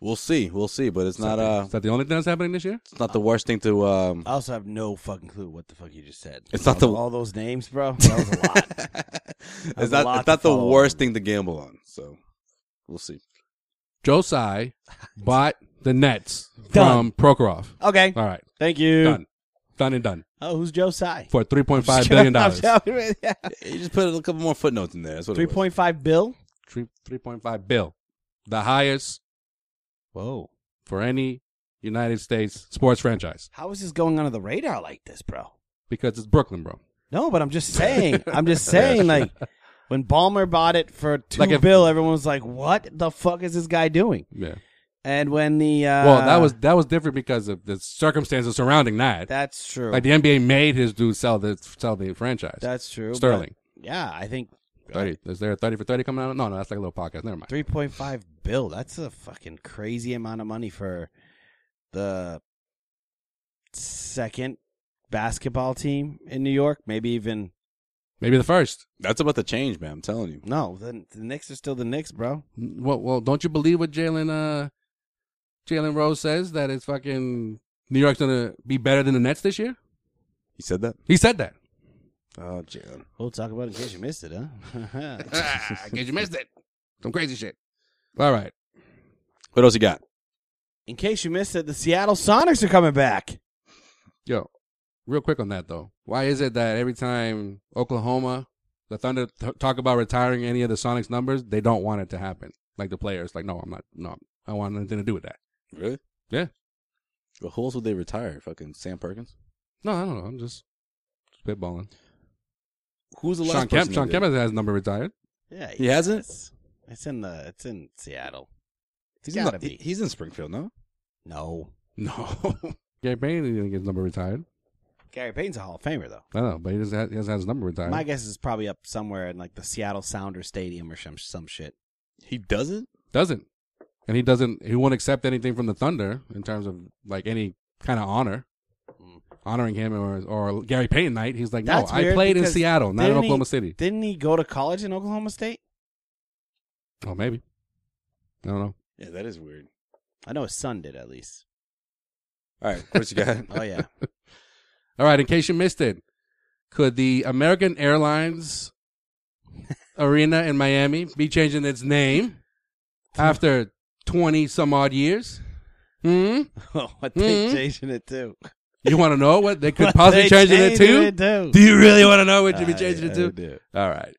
Speaker 2: we'll see. We'll see. But it's not uh,
Speaker 4: is that the only thing that's happening this year?
Speaker 2: it's not the worst thing to um.
Speaker 3: I also have no fucking clue what the fuck you just said.
Speaker 2: It's not
Speaker 3: all,
Speaker 2: the-
Speaker 3: all those names, bro. That
Speaker 2: it's
Speaker 3: was a lot. a lot
Speaker 2: not it's
Speaker 3: to
Speaker 2: not the
Speaker 3: follow
Speaker 2: worst
Speaker 3: on.
Speaker 2: thing to gamble on. So we'll see.
Speaker 4: Josai bought the Nets
Speaker 3: Done.
Speaker 4: from Prokhorov.
Speaker 3: okay,
Speaker 4: All right,
Speaker 3: thank you.
Speaker 4: done, done and done.
Speaker 3: Oh, who's Joe Tsai?
Speaker 4: for three point five billion dollars.
Speaker 2: You just put a couple more footnotes in there. That's what
Speaker 3: Three
Speaker 2: it was.
Speaker 3: point five bill.
Speaker 4: Three three point five bill, the highest
Speaker 3: Whoa,
Speaker 4: for any United States sports franchise
Speaker 3: how is this going under the radar like this, bro?
Speaker 4: because it's Brooklyn, bro.
Speaker 3: No, but I'm just saying. I'm just saying. Like when Balmer bought it for two
Speaker 4: Like if-
Speaker 3: bill, everyone was like, "What the fuck is this guy doing?"
Speaker 4: Yeah.
Speaker 3: And when the uh,
Speaker 4: Well, that was that was different because of the circumstances surrounding that.
Speaker 3: that's true.
Speaker 4: like the NBA made his dude sell the sell the franchise.
Speaker 3: that's true. but-
Speaker 4: Sterling.
Speaker 3: Yeah, I think
Speaker 4: Thirty. Is there a thirty for thirty coming out? No, no, that's like a little podcast. Never mind.
Speaker 3: Three point five bill. That's a fucking crazy amount of money for the second basketball team in New York. Maybe even
Speaker 4: Maybe the first.
Speaker 2: That's about to change, man. I'm telling you.
Speaker 3: no. The, the Knicks are still the Knicks, bro.
Speaker 4: Well, well, don't you believe what Jalen uh, Jalen Rose says that it's fucking New York's gonna be better than the Nets this year?
Speaker 2: He said that.
Speaker 4: He said that.
Speaker 2: Oh, Jalen.
Speaker 3: We'll talk about it in case you missed it, huh?
Speaker 4: ah, in case you missed it. Some crazy shit. All right.
Speaker 2: What else you got?
Speaker 3: in case you missed it, the Seattle Sonics are coming back.
Speaker 4: Yo, real quick on that though. Why is it that every time Oklahoma, the Thunder t- talk about retiring any of the Sonics numbers, they don't want it to happen? Like the players, like, no, I'm not, no, I don't want nothing to do with that.
Speaker 2: Really?
Speaker 4: Yeah.
Speaker 2: Well, who else would they retire? Fucking Sam Perkins.
Speaker 4: No, I don't know. I'm just spitballing.
Speaker 2: Who's the last
Speaker 4: Sean
Speaker 2: person?
Speaker 4: Kemp,
Speaker 2: they
Speaker 4: Sean
Speaker 2: did?
Speaker 4: Kemp has his number retired.
Speaker 3: Yeah,
Speaker 2: He hasn't?
Speaker 3: does. It's in the. It's in Seattle.
Speaker 2: He's
Speaker 3: gotta
Speaker 2: in, the-
Speaker 3: be.
Speaker 2: he- He's in Springfield, no?
Speaker 3: No,
Speaker 4: No. Gary Payne didn't get his number retired.
Speaker 3: Gary Payton's a Hall of Famer though.
Speaker 4: I don't know, but he doesn't have, he doesn't have his number retired.
Speaker 3: My guess is probably up somewhere in like the Seattle Sounder Stadium or some some shit.
Speaker 2: He doesn't.
Speaker 4: doesn't. And he doesn't he won't accept anything from the Thunder in terms of like any kind of honor. Honoring him or or Gary Payton night. He's like, No,
Speaker 3: Hmm. That's
Speaker 4: I
Speaker 3: weird
Speaker 4: played in
Speaker 3: because
Speaker 4: Seattle, not in
Speaker 3: didn't he-
Speaker 4: Oklahoma City.
Speaker 3: Didn't he go to college in Oklahoma State?
Speaker 4: Oh maybe. I don't know.
Speaker 2: Yeah, that is weird.
Speaker 3: I know his son did at least.
Speaker 2: All right, what you got?
Speaker 3: Oh yeah,
Speaker 4: All right, in case you missed it, could the American Airlines Arena in Miami be changing its name after 20 some odd years? Hmm?
Speaker 3: oh, I think
Speaker 4: Mhm.
Speaker 3: changing it too.
Speaker 4: You want to know what they could
Speaker 3: What
Speaker 4: possibly
Speaker 3: they
Speaker 4: change
Speaker 3: changing
Speaker 4: it to?
Speaker 3: it to?
Speaker 4: Do you really want to know what you'd be
Speaker 3: I-
Speaker 4: changing
Speaker 3: I
Speaker 4: it to?
Speaker 3: do.
Speaker 4: All right.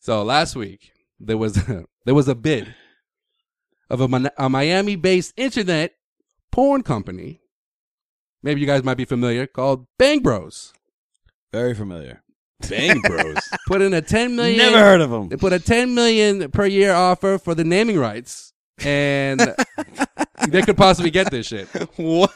Speaker 4: So last week there was there was a bid of a, Mon- a Miami-based internet porn company. Maybe you guys might be familiar, called Bang Bros.
Speaker 3: Very familiar.
Speaker 2: Bang Bros.
Speaker 4: Put in a ten million.
Speaker 3: Never heard of him.
Speaker 4: They put a ten million per year offer for the naming rights, and they could possibly get this shit.
Speaker 2: what?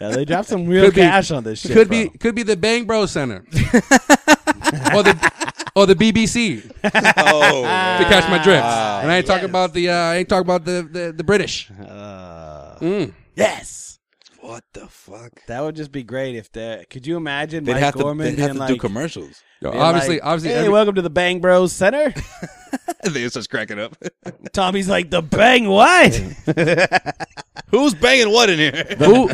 Speaker 3: Yeah, they dropped some real
Speaker 4: Could be-
Speaker 3: cash on this shit.
Speaker 4: could
Speaker 3: bro.
Speaker 4: be could be the Bang Bros Center, or the or the BBC.
Speaker 2: Oh,
Speaker 4: to catch my drift.
Speaker 2: Ah,
Speaker 4: and I ain't talking about the uh, I ain't talking about the the, the British.
Speaker 3: Uh,
Speaker 4: Mm.
Speaker 3: yes,
Speaker 2: what the fuck?
Speaker 3: that would just be great if that. Could you imagine
Speaker 2: They'd
Speaker 3: Mike
Speaker 2: have to,
Speaker 3: Gorman
Speaker 2: they'd have
Speaker 3: being
Speaker 2: to
Speaker 3: like,
Speaker 2: do commercials.
Speaker 4: Yo,
Speaker 3: being
Speaker 4: obviously,
Speaker 3: like,
Speaker 4: obviously,
Speaker 3: Hey,
Speaker 4: every-
Speaker 3: welcome to the Bang Bros Center.
Speaker 2: they just cracking up.
Speaker 3: Tommy's like the Bang what?
Speaker 2: Who's banging what in here?
Speaker 4: who,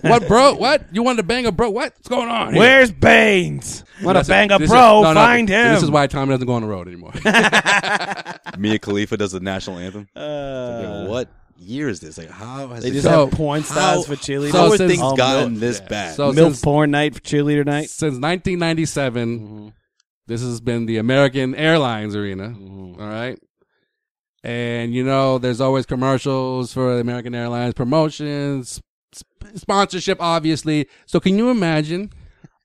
Speaker 4: what bro? What you wanted to bang a bro? What? What's going on? here?
Speaker 3: Where's Baines? Want to
Speaker 4: That's it.
Speaker 3: bang a
Speaker 4: This is-
Speaker 3: pro?
Speaker 4: no, no,
Speaker 3: Find him.
Speaker 4: This is why Tommy doesn't go on the road anymore.
Speaker 2: Mia Khalifa does the national anthem.
Speaker 3: Uh,
Speaker 2: what year is this? Like, how has
Speaker 3: They
Speaker 2: it-
Speaker 3: just
Speaker 4: So-
Speaker 3: have porn stars for cheerleaders.
Speaker 4: so
Speaker 2: How has
Speaker 4: since-
Speaker 2: things
Speaker 3: Oh,
Speaker 2: gotten
Speaker 3: milk.
Speaker 2: this bad?
Speaker 4: so
Speaker 3: milk
Speaker 4: since,
Speaker 3: porn night for cheerleader night. Mm-hmm.
Speaker 4: since 1997, this has been the American Airlines Arena.
Speaker 3: Mm-hmm.
Speaker 4: all right. And you know, there's always commercials for the American Airlines promotions, sp- sponsorship, obviously. So can you imagine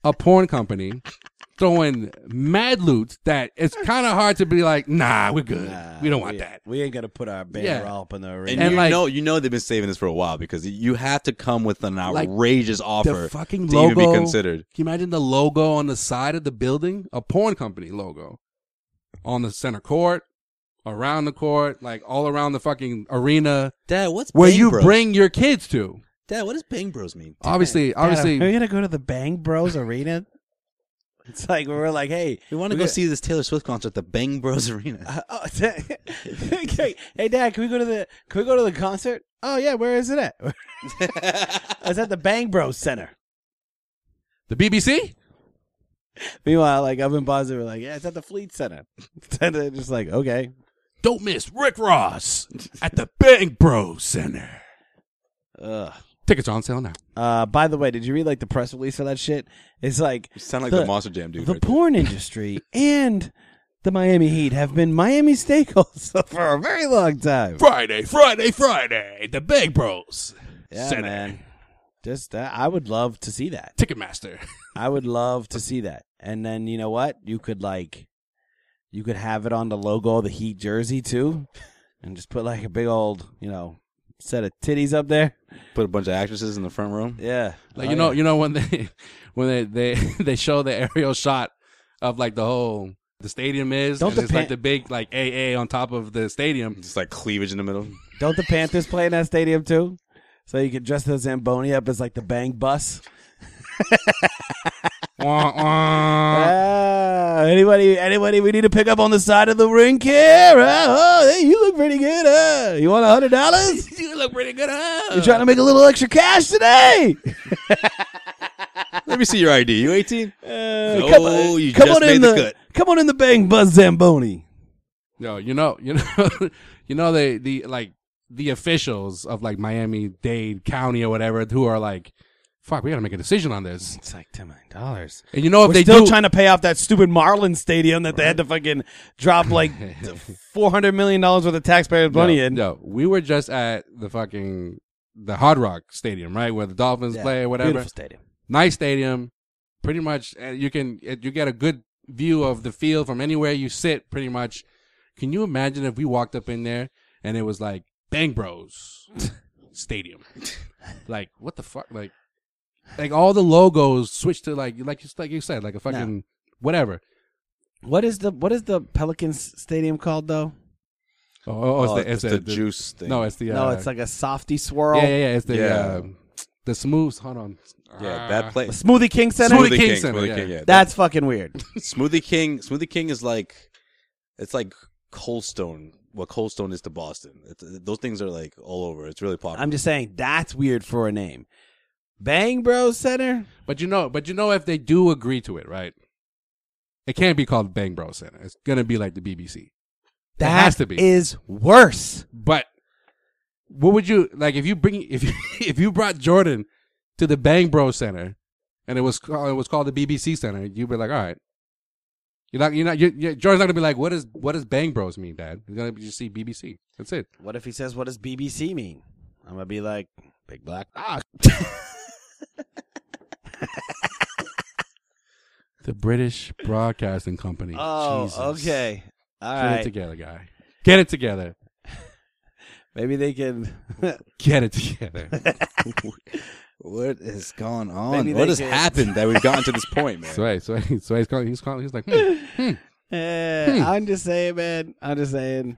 Speaker 4: a porn company throwing mad loot that it's kind of hard to be like, nah, we're good.
Speaker 3: Nah,
Speaker 4: we don't want that.
Speaker 3: We ain't gonna put our banner
Speaker 4: Yeah.
Speaker 3: up in the
Speaker 2: and,
Speaker 3: arena.
Speaker 4: And
Speaker 2: you
Speaker 4: like-
Speaker 2: know, you know they've been saving this for a while because you have to come with an
Speaker 4: Like,
Speaker 2: outrageous offer
Speaker 4: The fucking
Speaker 2: to
Speaker 4: logo.
Speaker 2: even be considered.
Speaker 4: Can you imagine the logo on the side of the building? A porn company logo on the center court, around the court, like all around the fucking arena
Speaker 2: Dad, what's
Speaker 4: where
Speaker 2: Bang
Speaker 4: you
Speaker 2: Bros?
Speaker 4: bring your kids to.
Speaker 2: Dad, what does Bang Bros mean?
Speaker 4: Obviously,
Speaker 3: Dad, are we
Speaker 4: obviously,
Speaker 3: gonna go to the Bang Bros arena? It's like we're like, hey,
Speaker 2: We want to
Speaker 3: we
Speaker 2: go
Speaker 3: got-
Speaker 2: see this Taylor Swift concert at the Bang Bros Arena.
Speaker 3: Uh, oh, okay. hey, Dad, can we go to the can we go to the concert? Oh yeah, where is it at? it's at the Bang Bros Center.
Speaker 4: the BBC.
Speaker 3: Meanwhile, like up in Boston, we're like, yeah, it's at the Fleet Center. and they're just like, okay,
Speaker 4: Don't miss Rick Ross at the Bang Bro Center.
Speaker 3: ugh.
Speaker 4: Tickets are on sale now.
Speaker 3: Uh, by the way, did you read like the press release for that shit? It's like
Speaker 2: You sound like
Speaker 3: The-
Speaker 2: the, Monster Jam dude.
Speaker 3: the
Speaker 2: right there.
Speaker 3: porn industry and the Miami Heat have been Miami stakeholders for a very long time.
Speaker 4: Friday, Friday, Friday, the Bang Bros.
Speaker 3: Yeah,
Speaker 4: Center.
Speaker 3: man. Just that, I would love to see that.
Speaker 4: Ticketmaster.
Speaker 3: I would love to see that. And then you know what? You could like, you could have it on the logo of the Heat jersey too, and just put like a big old, you know, set of titties up there.
Speaker 2: Put a bunch of actresses in the front row.
Speaker 3: Yeah,
Speaker 4: Like
Speaker 3: Oh,
Speaker 4: you know,
Speaker 3: yeah.
Speaker 4: you know when they when they they they show the aerial shot of like the whole the stadium is,
Speaker 3: Don't
Speaker 4: and
Speaker 3: the
Speaker 4: it's
Speaker 3: pan-
Speaker 4: like the big like AA on top of the stadium.
Speaker 2: Just like cleavage in the middle.
Speaker 3: Don't the Panthers play in that stadium too? So you could dress the Zamboni up as like the Bang Bus.
Speaker 4: Wah, wah.
Speaker 3: Ah, anybody, anybody, we need to pick up on the side of the rink here. Ah, oh, hey, you look pretty good. Huh? You want a hundred dollars?
Speaker 4: You look pretty good, huh?
Speaker 3: You trying to make a little extra cash today?
Speaker 2: Let me see your ID. You 18?
Speaker 3: Uh,
Speaker 2: Oh,
Speaker 3: on-
Speaker 2: you
Speaker 3: come
Speaker 2: just
Speaker 3: on
Speaker 2: made
Speaker 3: in
Speaker 2: the
Speaker 3: the
Speaker 2: cut.
Speaker 3: come on in the Bang Bus Zamboni.
Speaker 4: Yo, you know, you know, you know they the like the officials of like Miami Dade County or whatever who are like, fuck, we gotta make a decision on this.
Speaker 3: It's like ten million dollars.
Speaker 4: And you know if
Speaker 3: We're
Speaker 4: they
Speaker 3: still
Speaker 4: do,
Speaker 3: trying to pay off that stupid Marlin Stadium that they had to fucking drop like four hundred million dollars worth of taxpayers'
Speaker 4: no,
Speaker 3: money in.
Speaker 4: no, we were just at the fucking the Hard Rock Stadium, right, where the Dolphins
Speaker 3: Yeah,
Speaker 4: play or whatever.
Speaker 3: Beautiful stadium.
Speaker 4: Nice stadium, pretty much. uh, You can uh, you get a good view of the field from anywhere you sit, pretty much. Can you imagine if we walked up in there and it was like Bang Bros Stadium? like what the fuck? Like like all the logos switched to like like just like you said, like a fucking whatever.
Speaker 3: What is the what is the Pelicans Stadium called though?
Speaker 4: Oh, oh, it's,
Speaker 2: Oh,
Speaker 4: the, it's the, the-
Speaker 2: juice thing.
Speaker 4: No, it's the uh,
Speaker 3: no, it's like a softy swirl.
Speaker 4: yeah, yeah, yeah, it's the
Speaker 2: Yeah.
Speaker 4: uh, the smooth. Hold on,
Speaker 2: yeah,
Speaker 4: Ah.
Speaker 2: that
Speaker 3: The
Speaker 2: place.
Speaker 3: Smoothie King Center.
Speaker 4: Smoothie King Center,
Speaker 2: Smoothie
Speaker 4: yeah.
Speaker 2: King, yeah.
Speaker 3: That's fucking weird.
Speaker 2: Smoothie King. Smoothie King is like, it's like Coldstone, what Coldstone is to Boston. It's, those things are like all over. It's really popular.
Speaker 3: I'm just saying that's weird for a name. Bang Bros Center.
Speaker 4: But you know, but you know, if they do agree to it, right? It can't be called Bang Bros Center. It's gonna be like the BBC.
Speaker 3: That
Speaker 4: has to be.
Speaker 3: is worse.
Speaker 4: But what would you like if you bring if you, if you brought Jordan to the Bang Bros Center and it was called, it was called the BBC Center? You'd be like, all right. You're not. You're not. You're, you're, Jordan's not gonna be like, "What is what does Bang Bros mean, Dad?" He's gonna be- just see BBC. That's it.
Speaker 3: What if he says, "What does BBC mean?" I'm gonna be like, "Big black."
Speaker 4: Ah. the British Broadcasting Company.
Speaker 3: Oh,
Speaker 4: Jesus.
Speaker 3: okay. All
Speaker 4: Get it
Speaker 3: right.
Speaker 4: together, guy. Get it together.
Speaker 3: Maybe they can.
Speaker 4: Get it together.
Speaker 2: what has gone on?
Speaker 3: Maybe
Speaker 2: What
Speaker 3: they
Speaker 2: has
Speaker 3: can-
Speaker 2: happened that we've gotten to this point, man?
Speaker 4: so, hey, so, hey, so he's calling. He's calling. He's like, hmm, hmm.
Speaker 3: Eh,
Speaker 2: Hmm.
Speaker 3: I'm just saying, man. I'm just saying.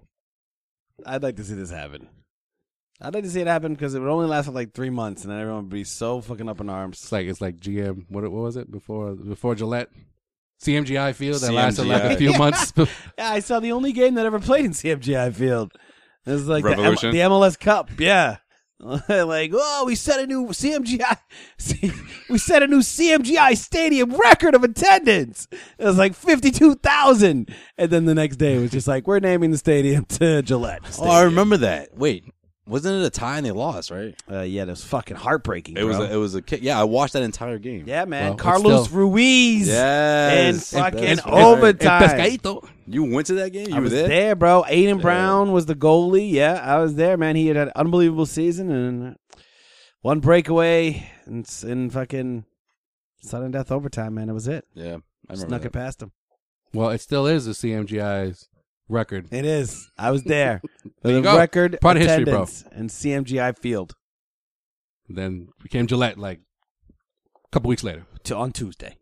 Speaker 3: I'd like to see this happen. I'd like to see it happen because it would only last for like three months, and then everyone would be so fucking up in arms.
Speaker 4: it's like it's like GM. What what was it before before Gillette? CMGI Field that lasted
Speaker 2: CMGI.
Speaker 4: like a few months.
Speaker 3: Yeah, I saw the only game that ever played in CMGI Field. It was like the, M-
Speaker 2: Revolution?
Speaker 3: the MLS Cup. Yeah. like, oh, we set a new CMGI, we set a new CMGI stadium record of attendance. It was like fifty-two thousand, and then the next day it was just like, we're naming the stadium to Gillette.
Speaker 2: Oh, I
Speaker 3: Stadium.
Speaker 2: remember that. Wait, wasn't it a tie and they lost? Right?
Speaker 3: Uh, yeah, it was fucking heartbreaking.
Speaker 2: It was.
Speaker 3: bro.
Speaker 2: A, it was a. ki- Yeah, I watched that entire game.
Speaker 3: yeah, man.
Speaker 4: Well, it's
Speaker 3: Carlos
Speaker 4: still-
Speaker 3: Ruiz.
Speaker 2: Yes.
Speaker 3: And fucking
Speaker 2: That's right.
Speaker 3: overtime.
Speaker 4: Pescadito.
Speaker 2: You went to that game. You
Speaker 3: I
Speaker 2: were
Speaker 3: was
Speaker 2: there.
Speaker 3: there? bro. Aiden Brown was the goalie. Yeah, I was there, man. He had an unbelievable season and one breakaway and s- and fucking sudden death overtime, man. It was it.
Speaker 2: Yeah, I remember.
Speaker 3: Snuck
Speaker 2: that.
Speaker 3: it past him.
Speaker 4: Well, it still is the CMGI's record.
Speaker 3: It is. I was there.
Speaker 4: There you
Speaker 3: the
Speaker 4: go.
Speaker 3: record
Speaker 4: Part of history, bro.
Speaker 3: attendance in CMGI Field
Speaker 4: Then became Gillette like a couple weeks later.
Speaker 3: to on Tuesday.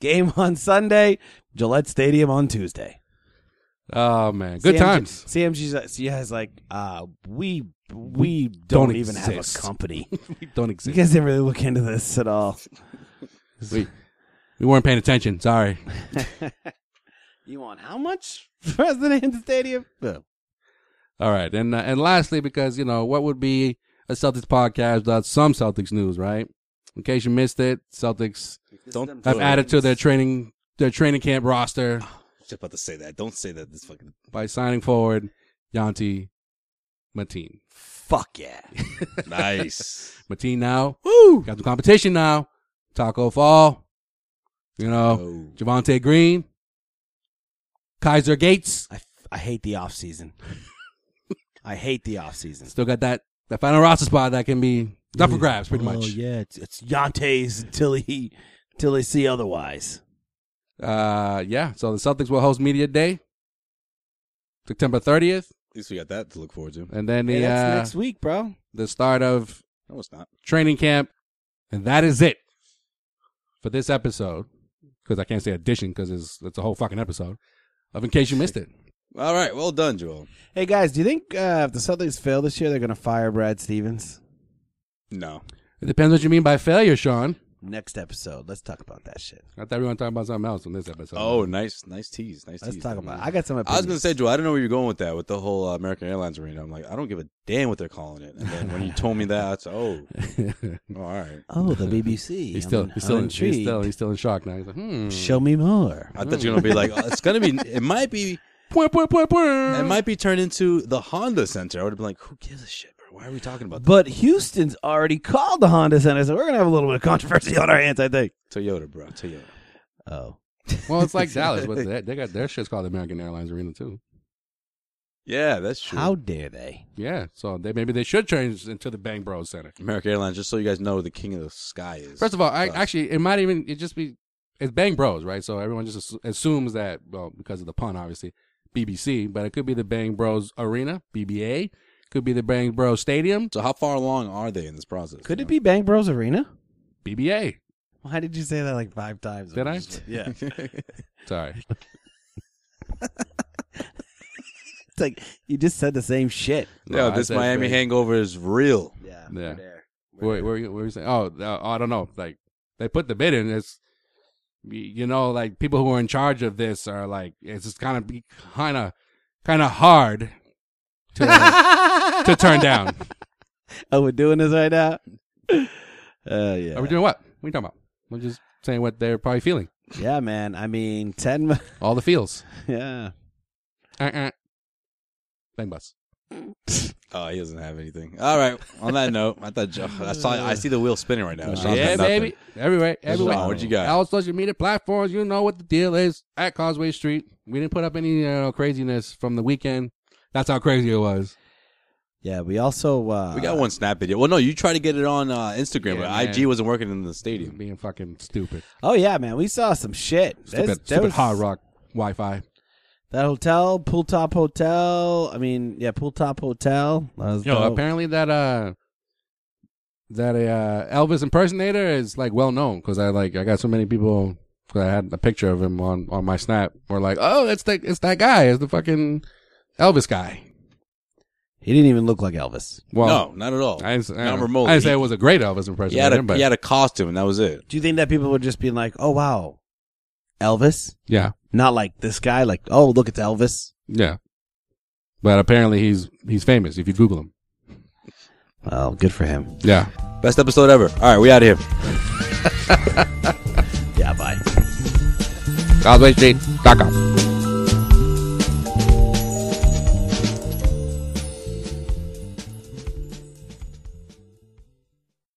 Speaker 3: Game on Sunday. Gillette Stadium on Tuesday.
Speaker 4: Oh man, good
Speaker 3: CMG
Speaker 4: times.
Speaker 3: CMG's yeah, it's like uh, we we
Speaker 4: don't
Speaker 3: don't, even have a
Speaker 4: exist.
Speaker 3: company.
Speaker 4: We don't
Speaker 3: you
Speaker 4: exist.
Speaker 3: guys didn't really look into this at all.
Speaker 4: We, we weren't paying attention. Sorry.
Speaker 3: You want how much for us to name the stadium?
Speaker 4: All right, and uh, and lastly, because you know what would be a Celtics podcast without some Celtics news, right? In case you missed it, Celtics
Speaker 2: Don't.
Speaker 4: have added to their training their training camp roster
Speaker 2: Just about to say that. Don't say that. This fucking.
Speaker 4: by signing forward Yanti Mateen.
Speaker 3: Fuck yeah.
Speaker 2: Nice.
Speaker 4: Mateen now
Speaker 3: Woo!
Speaker 4: got some competition now. Taco Fall, you know
Speaker 2: Oh.
Speaker 4: Javante Green, Kaiser Gates.
Speaker 3: I, I hate the off season. I hate the off season.
Speaker 4: Still got that that final roster spot that can be it's up for grabs, pretty much.
Speaker 3: Oh yeah, it's, it's Yante's until he until they see otherwise.
Speaker 4: Uh, yeah. So the Celtics will host media day, September thirtieth,
Speaker 2: At least we got that to look forward to.
Speaker 4: and then the
Speaker 3: Hey, that's
Speaker 4: uh,
Speaker 3: next week, bro.
Speaker 4: the start of
Speaker 2: No, it's not.
Speaker 4: training camp, and that is it for this episode. Because I can't say edition because it's it's a whole fucking episode. Of in case you missed it,
Speaker 2: All right. Well done, Joel.
Speaker 3: Hey guys, do you think uh, if the Celtics fail this year, they're gonna fire Brad Stevens?
Speaker 2: No.
Speaker 4: it depends what you mean by failure, Sean.
Speaker 3: Next episode, let's talk about that shit.
Speaker 4: I thought we were going to talk about something else in this episode.
Speaker 2: Oh, nice, nice tease. Nice
Speaker 3: Let's
Speaker 2: tease.
Speaker 3: talk about. It. I got some. Opinions.
Speaker 2: I was gonna say, Joel. I don't know where you're going with that, with the whole uh, American Airlines arena. I'm like, I don't give a damn what they're calling it. And then when you told me that, I said, oh, oh, all right.
Speaker 3: Oh, the BBC.
Speaker 4: he's still
Speaker 3: I'm,
Speaker 4: he's still
Speaker 3: I'm
Speaker 4: in, he's still
Speaker 3: intrigued.
Speaker 4: he's still in shock now. He's like, hmm.
Speaker 3: Show me more.
Speaker 2: I thought you were gonna be like, oh, it's gonna be, it might be,
Speaker 4: Pwah, pwah, pwah, pwah.
Speaker 2: it might be turned into the Honda Center. I would have been like, who gives a shit, bro? Why are we talking about that?
Speaker 3: But Houston's already called the Honda Center, so we're gonna have a little bit of controversy on our hands, I think.
Speaker 2: Toyota, bro? Toyota.
Speaker 3: Oh,
Speaker 4: Well, it's like Dallas, but they, they got their shit's called American Airlines Arena too.
Speaker 2: Yeah, that's true.
Speaker 3: how dare they?
Speaker 4: Yeah, so they maybe they should change into the Bang Bros Center.
Speaker 2: American Airlines, just so you guys know, the king of the sky is.
Speaker 4: First of all, I,
Speaker 2: us.
Speaker 4: actually, it might even it just be it's Bang Bros, right? So everyone just assu- assumes that well because of the pun, obviously, BBC, but it could be the Bang Bros Arena (BBA), could be the Bang Bros Stadium
Speaker 2: so how far along are they in this process?
Speaker 3: Could it be Bang Bros Arena?
Speaker 4: (BBA).
Speaker 3: Why did you say that like five times?
Speaker 4: Did I?
Speaker 3: Yeah. it's
Speaker 4: Sorry,
Speaker 3: like you just said the same shit.
Speaker 2: Yeah,
Speaker 4: No, I
Speaker 2: this
Speaker 4: said
Speaker 2: Miami
Speaker 4: Bang-
Speaker 2: hangover is real.
Speaker 3: Yeah.
Speaker 4: Yeah.
Speaker 3: there.
Speaker 4: Wait, where, you- where you saying? Oh, uh, I don't know. Like they put the bid in. It's you know, like people who are in charge of this are like it's just kind of be kind of kind of hard to, to turn down.
Speaker 3: Oh, we're doing this right now. Uh,
Speaker 4: Are we
Speaker 3: yeah,
Speaker 4: doing what? What are you talking about? I'm just saying what they're probably feeling.
Speaker 3: yeah, man. I mean, ten. mi-
Speaker 4: All the feels.
Speaker 3: Yeah,
Speaker 4: Uh-uh. Bang bus.
Speaker 2: Oh, he doesn't have anything. All right. On that note, I thought Joe, I saw I see the wheel spinning right now. Sean's
Speaker 4: yeah,
Speaker 2: got nothing.
Speaker 4: baby. Everywhere. Everywhere.
Speaker 2: Sean, what you got?
Speaker 4: All social media platforms. You know what the deal is. At Causeway Street. We didn't put up any you know, craziness from the weekend. That's how crazy it was.
Speaker 3: yeah. We also uh,
Speaker 2: We got one snap video. Well, no, you tried to get it on uh, Instagram,
Speaker 4: Yeah,
Speaker 2: but
Speaker 4: man.
Speaker 2: IG wasn't working in the stadium.
Speaker 4: Being fucking stupid.
Speaker 3: Oh yeah, man. We saw some shit.
Speaker 4: Stupid,
Speaker 3: There's- there
Speaker 4: stupid
Speaker 3: was-
Speaker 4: hard rock Wi Fi.
Speaker 3: That hotel, pool top hotel. I mean, yeah, pool top hotel. That was
Speaker 4: Yo,
Speaker 3: dope.
Speaker 4: apparently that uh that a uh, Elvis impersonator is like well known because I like I got so many people because I had a picture of him on on my snap were like oh it's that it's that guy it's the fucking Elvis guy.
Speaker 3: he didn't even look like Elvis.
Speaker 4: Well,
Speaker 2: no, not at all.
Speaker 4: I didn't, I,
Speaker 2: not
Speaker 4: didn't-
Speaker 2: remotely.
Speaker 4: I didn't say it was a great Elvis
Speaker 2: he had
Speaker 4: impersonator,
Speaker 2: a
Speaker 4: but
Speaker 2: he had a costume, and that was it.
Speaker 3: Do you think that people would just be like, "Oh wow, Elvis"?
Speaker 4: yeah,
Speaker 3: Not like this guy. Like, oh look, it's Elvis.
Speaker 4: yeah. But apparently he's he's famous if you Google him.
Speaker 3: Well, good for him.
Speaker 4: Yeah.
Speaker 2: Best episode ever. All right, we out of here.
Speaker 3: Yeah, bye.
Speaker 4: CausewayStreet.com.